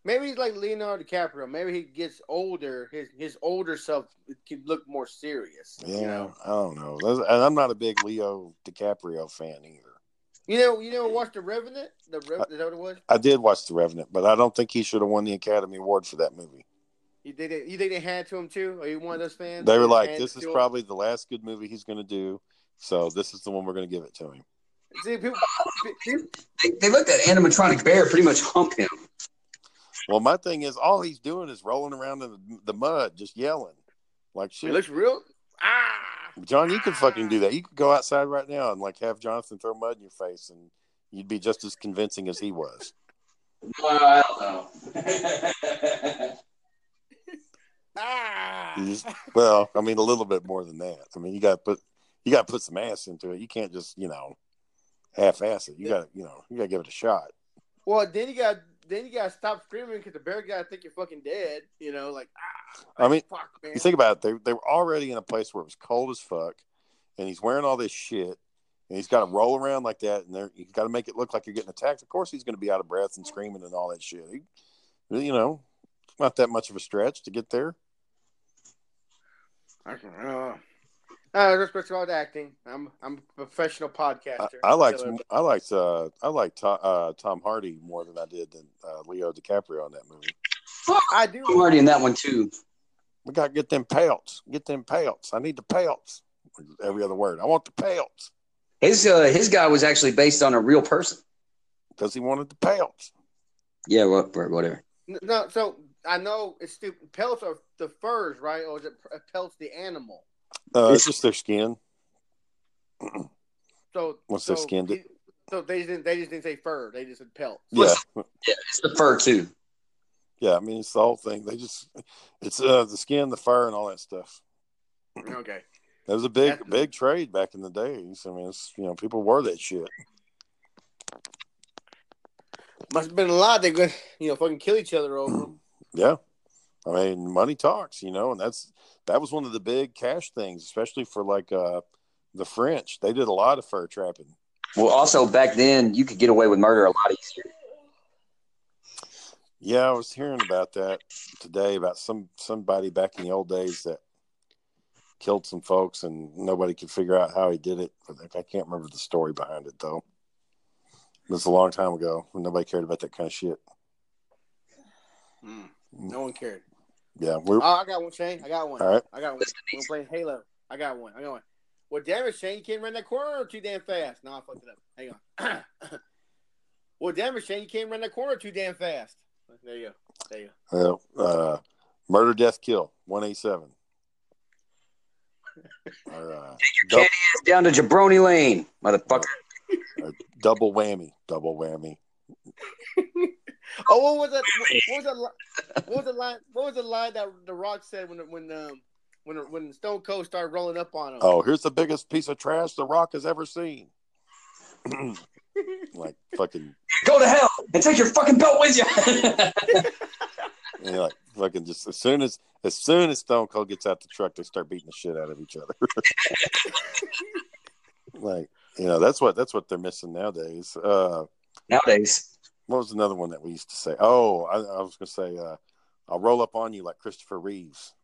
maybe he's like Leonardo DiCaprio. Maybe he gets older. His his older self can look more serious. Yeah, You know, I don't know. Those- And I'm not a big Leo DiCaprio fan either. you know, you never watched The Revenant. The Revenant. Is that what it was? I did watch The Revenant, but I don't think he should have won the Academy Award for that movie. You think they, you think they had to him too? Are you one of those fans? They were that like, had "This to is him? probably the last good movie he's going to do, so this is the one we're going to give it to him." See, people, people- They, they let that animatronic bear pretty much hump him. Well, my thing is, all he's doing is rolling around in the, the mud, just yelling like it shit. looks real. Ah, John, you could fucking do that. You could go outside right now and like have Jonathan throw mud in your face, and you'd be just as convincing as he was. Uh, I don't know. ah. You just- well, I mean, a little bit more than that. I mean, you got to put you got to put some ass into it. You can't just you know half-ass it. You got to you know you got to give it a shot. Well, then you got then you got to stop screaming because the bear guy think you're fucking dead. You know, like ah. I mean, fuck, man. You think about it. They they were already in a place where it was cold as fuck, and he's wearing all this shit, and he's got to roll around like that, and they're- you got to make it look like you're getting attacked. Of course, he's going to be out of breath and screaming and all that shit. He, you know, it's not that much of a stretch to get there. I don't know. I respect all the acting. I'm I'm a professional I, podcaster. I liked So, I liked uh, I liked Tom, uh, Tom Hardy more than I did than uh, Leo DiCaprio in that movie. I do. I'm already in that one too. We got to get them pelts. Get them pelts. I need the pelts. Every other word. I want the pelts His uh, his guy was actually based on a real person. because he wanted the pelts. Yeah, wha- whatever. No, so I know it's stupid. Pelts are the furs, right? Or is it p- pelts the animal? Uh, it's just their skin. So Once so they skinned it. he- So they just didn't. They just didn't say fur. They just said pelts. Yeah. Yeah, it's the fur too. Yeah, I mean it's the whole thing. They just it's uh the skin, the fur, and all that stuff. Okay. That was a big That's- big trade back in the days. I mean, it's you know people wore that shit. Must have been a lot. They could, you know, fucking kill each other over. 'em. Yeah, I mean money talks, you know, and that's that was one of the big cash things, especially for like uh the French. They did a lot of fur trapping. Well, also back then you could get away with murder a lot easier. Yeah, I was hearing about that today about some somebody back in the old days that killed some folks and nobody could figure out how he did it. I think- I can't remember the story behind it though. It was a long time ago when nobody cared about that kind of shit. Mm. No one cared. Yeah, we're Oh, I got one, Shane. I got one. All right. I got one. We're playing Halo. I got one. I got one. Well, damn it, Shane, you can't run that corner too damn fast. No, I fucked it up. Hang on. well, damn it, Shane, you can't run that corner too damn fast. There you go. There you uh, uh, murder, death, kill, one eight seven. Or uh, dou- It's down to Jabroni Lane, motherfucker. or double whammy, double whammy. go. Oh, what was that? What was that? li- What was the line? What was the line that The Rock said when when um when when Stone Cold started rolling up on him? Oh, here's the biggest piece of trash the Rock has ever seen. like fucking Go to hell and take your fucking belt with you. And you're like fucking just as soon as as soon as Stone Cold gets out the truck, they start beating the shit out of each other. like you know, that's what that's what they're missing nowadays. Uh, Nowadays, what was another one that we used to say? Oh, I, I was gonna say, uh, I'll roll up on you like Christopher Reeves.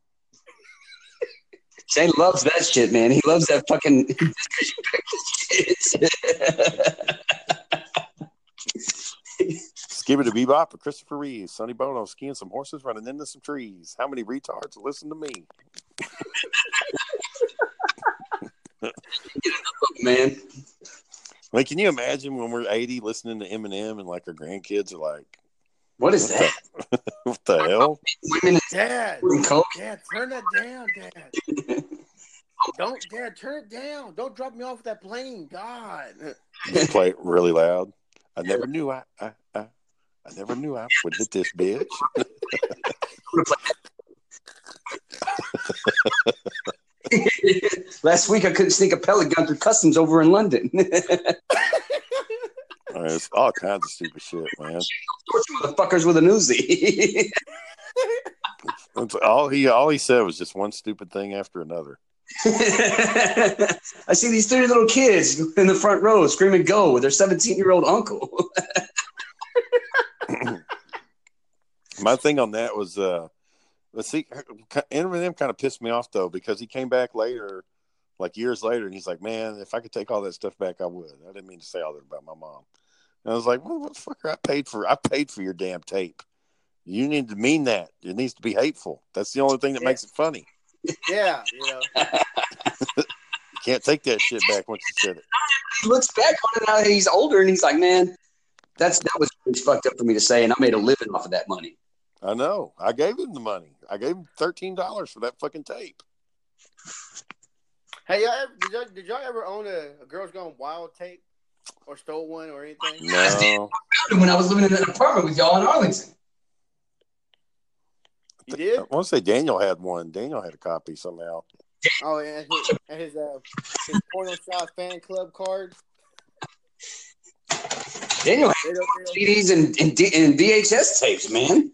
Shane loves that shit, man. He loves that fucking. Skibby to bebop or Christopher Reeves, Sonny Bono skiing some horses, running into some trees. How many retards listen to me? man. Like, can you imagine when we're eighty listening to Eminem and like our grandkids are like, What is that? What the hell? Women Dad, in coke? Dad, turn that down, Dad. Don't, Dad, turn it down. Don't drop me off with that plane. God. You play it really loud. I never knew I, I, I, I never knew I would hit this bitch. Last week I couldn't sneak a pellet gun through customs over in London. All right, It's all kinds of stupid shit, man. Motherfuckers with an Uzi. It's all he all he said was just one stupid thing after another. I see these three little kids in the front row screaming "Go!" with their 17-year-old uncle. My thing on that was, uh, let's see, Eminem kind of pissed me off though because he came back later, like years later, and he's like, "Man, if I could take all that stuff back, I would." I didn't mean to say all that about my mom. And I was like, "Well, motherfucker, I paid for I paid for your damn tape. You need to mean that. It needs to be hateful. That's the only thing that makes it funny. Yeah, you know. You can't take that shit back once you said it." he looks back on it now that he's older, and he's like, "Man, that's that was really fucked up for me to say, and I made a living off of that money." I know. I gave him the money. I gave him thirteen dollars for that fucking tape. Hey, y'all, ever- did y'all, did y'all ever own a, a Girls Gone Wild tape or stole one or anything? No, Found him When I was living in an apartment with y'all in Arlington, You did? I want to say Daniel had one. Daniel had a copy somehow. Oh, and his, and his, uh, his porno shop fan club card. Daniel had They don't, they don't- CDs and and, D- and VHS tapes, man.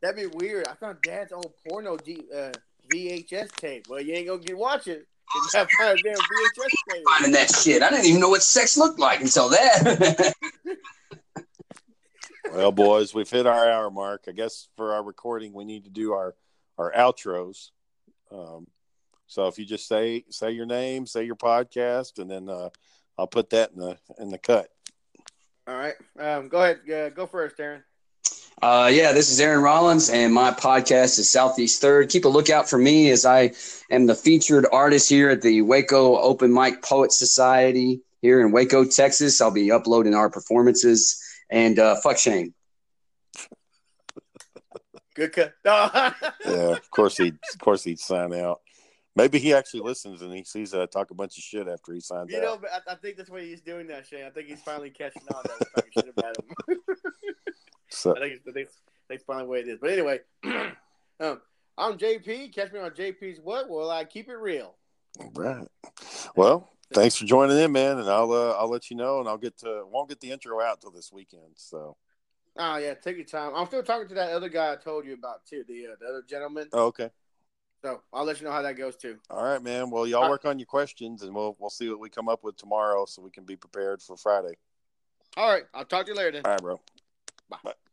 That'd be weird. I found Dad's old porno D, uh, VHS tape. Well, you ain't gonna get watching. I found a damn VHS tape. Finding that shit, I didn't even know what sex looked like until that. Well, boys, we've hit our hour mark. I guess for our recording, we need to do our our outros. Um, so if you just say say your name, say your podcast, and then uh, I'll put that in the in the cut. All right, um, go ahead, uh, go first, Aaron. Uh, yeah, this is Aaron Rollins, and my podcast is Southeast Third. Keep a lookout for me as I am the featured artist here at the Waco Open Mic Poet Society here in Waco, Texas. I'll be uploading our performances and uh, fuck shame. Good cut. No. Yeah, of course he of course he'd sign out. Maybe he actually listens and he sees that I talk a bunch of shit after he signs you know, out. but I, I think that's why he's doing that, Shane. I think he's finally catching on that we talking shit about him. So I think it's- I think it's- that's finally what it is. But anyway, um, I'm JP. Catch me on JP's What? Well, I keep it real. All right. Well, thanks for joining in, man, and I'll uh, I'll let you know, and I'll get to won't get the intro out till this weekend. So Oh yeah, take your time. I'm still talking to that other guy I told you about too, the uh, the other gentleman. oh, okay, So I'll let you know how that goes too. all right, man. Well, y'all work on your questions, and we'll we'll see what we come up with tomorrow, so we can be prepared for Friday. All right, I'll talk to you later then. All right, bro. Bye. Bye.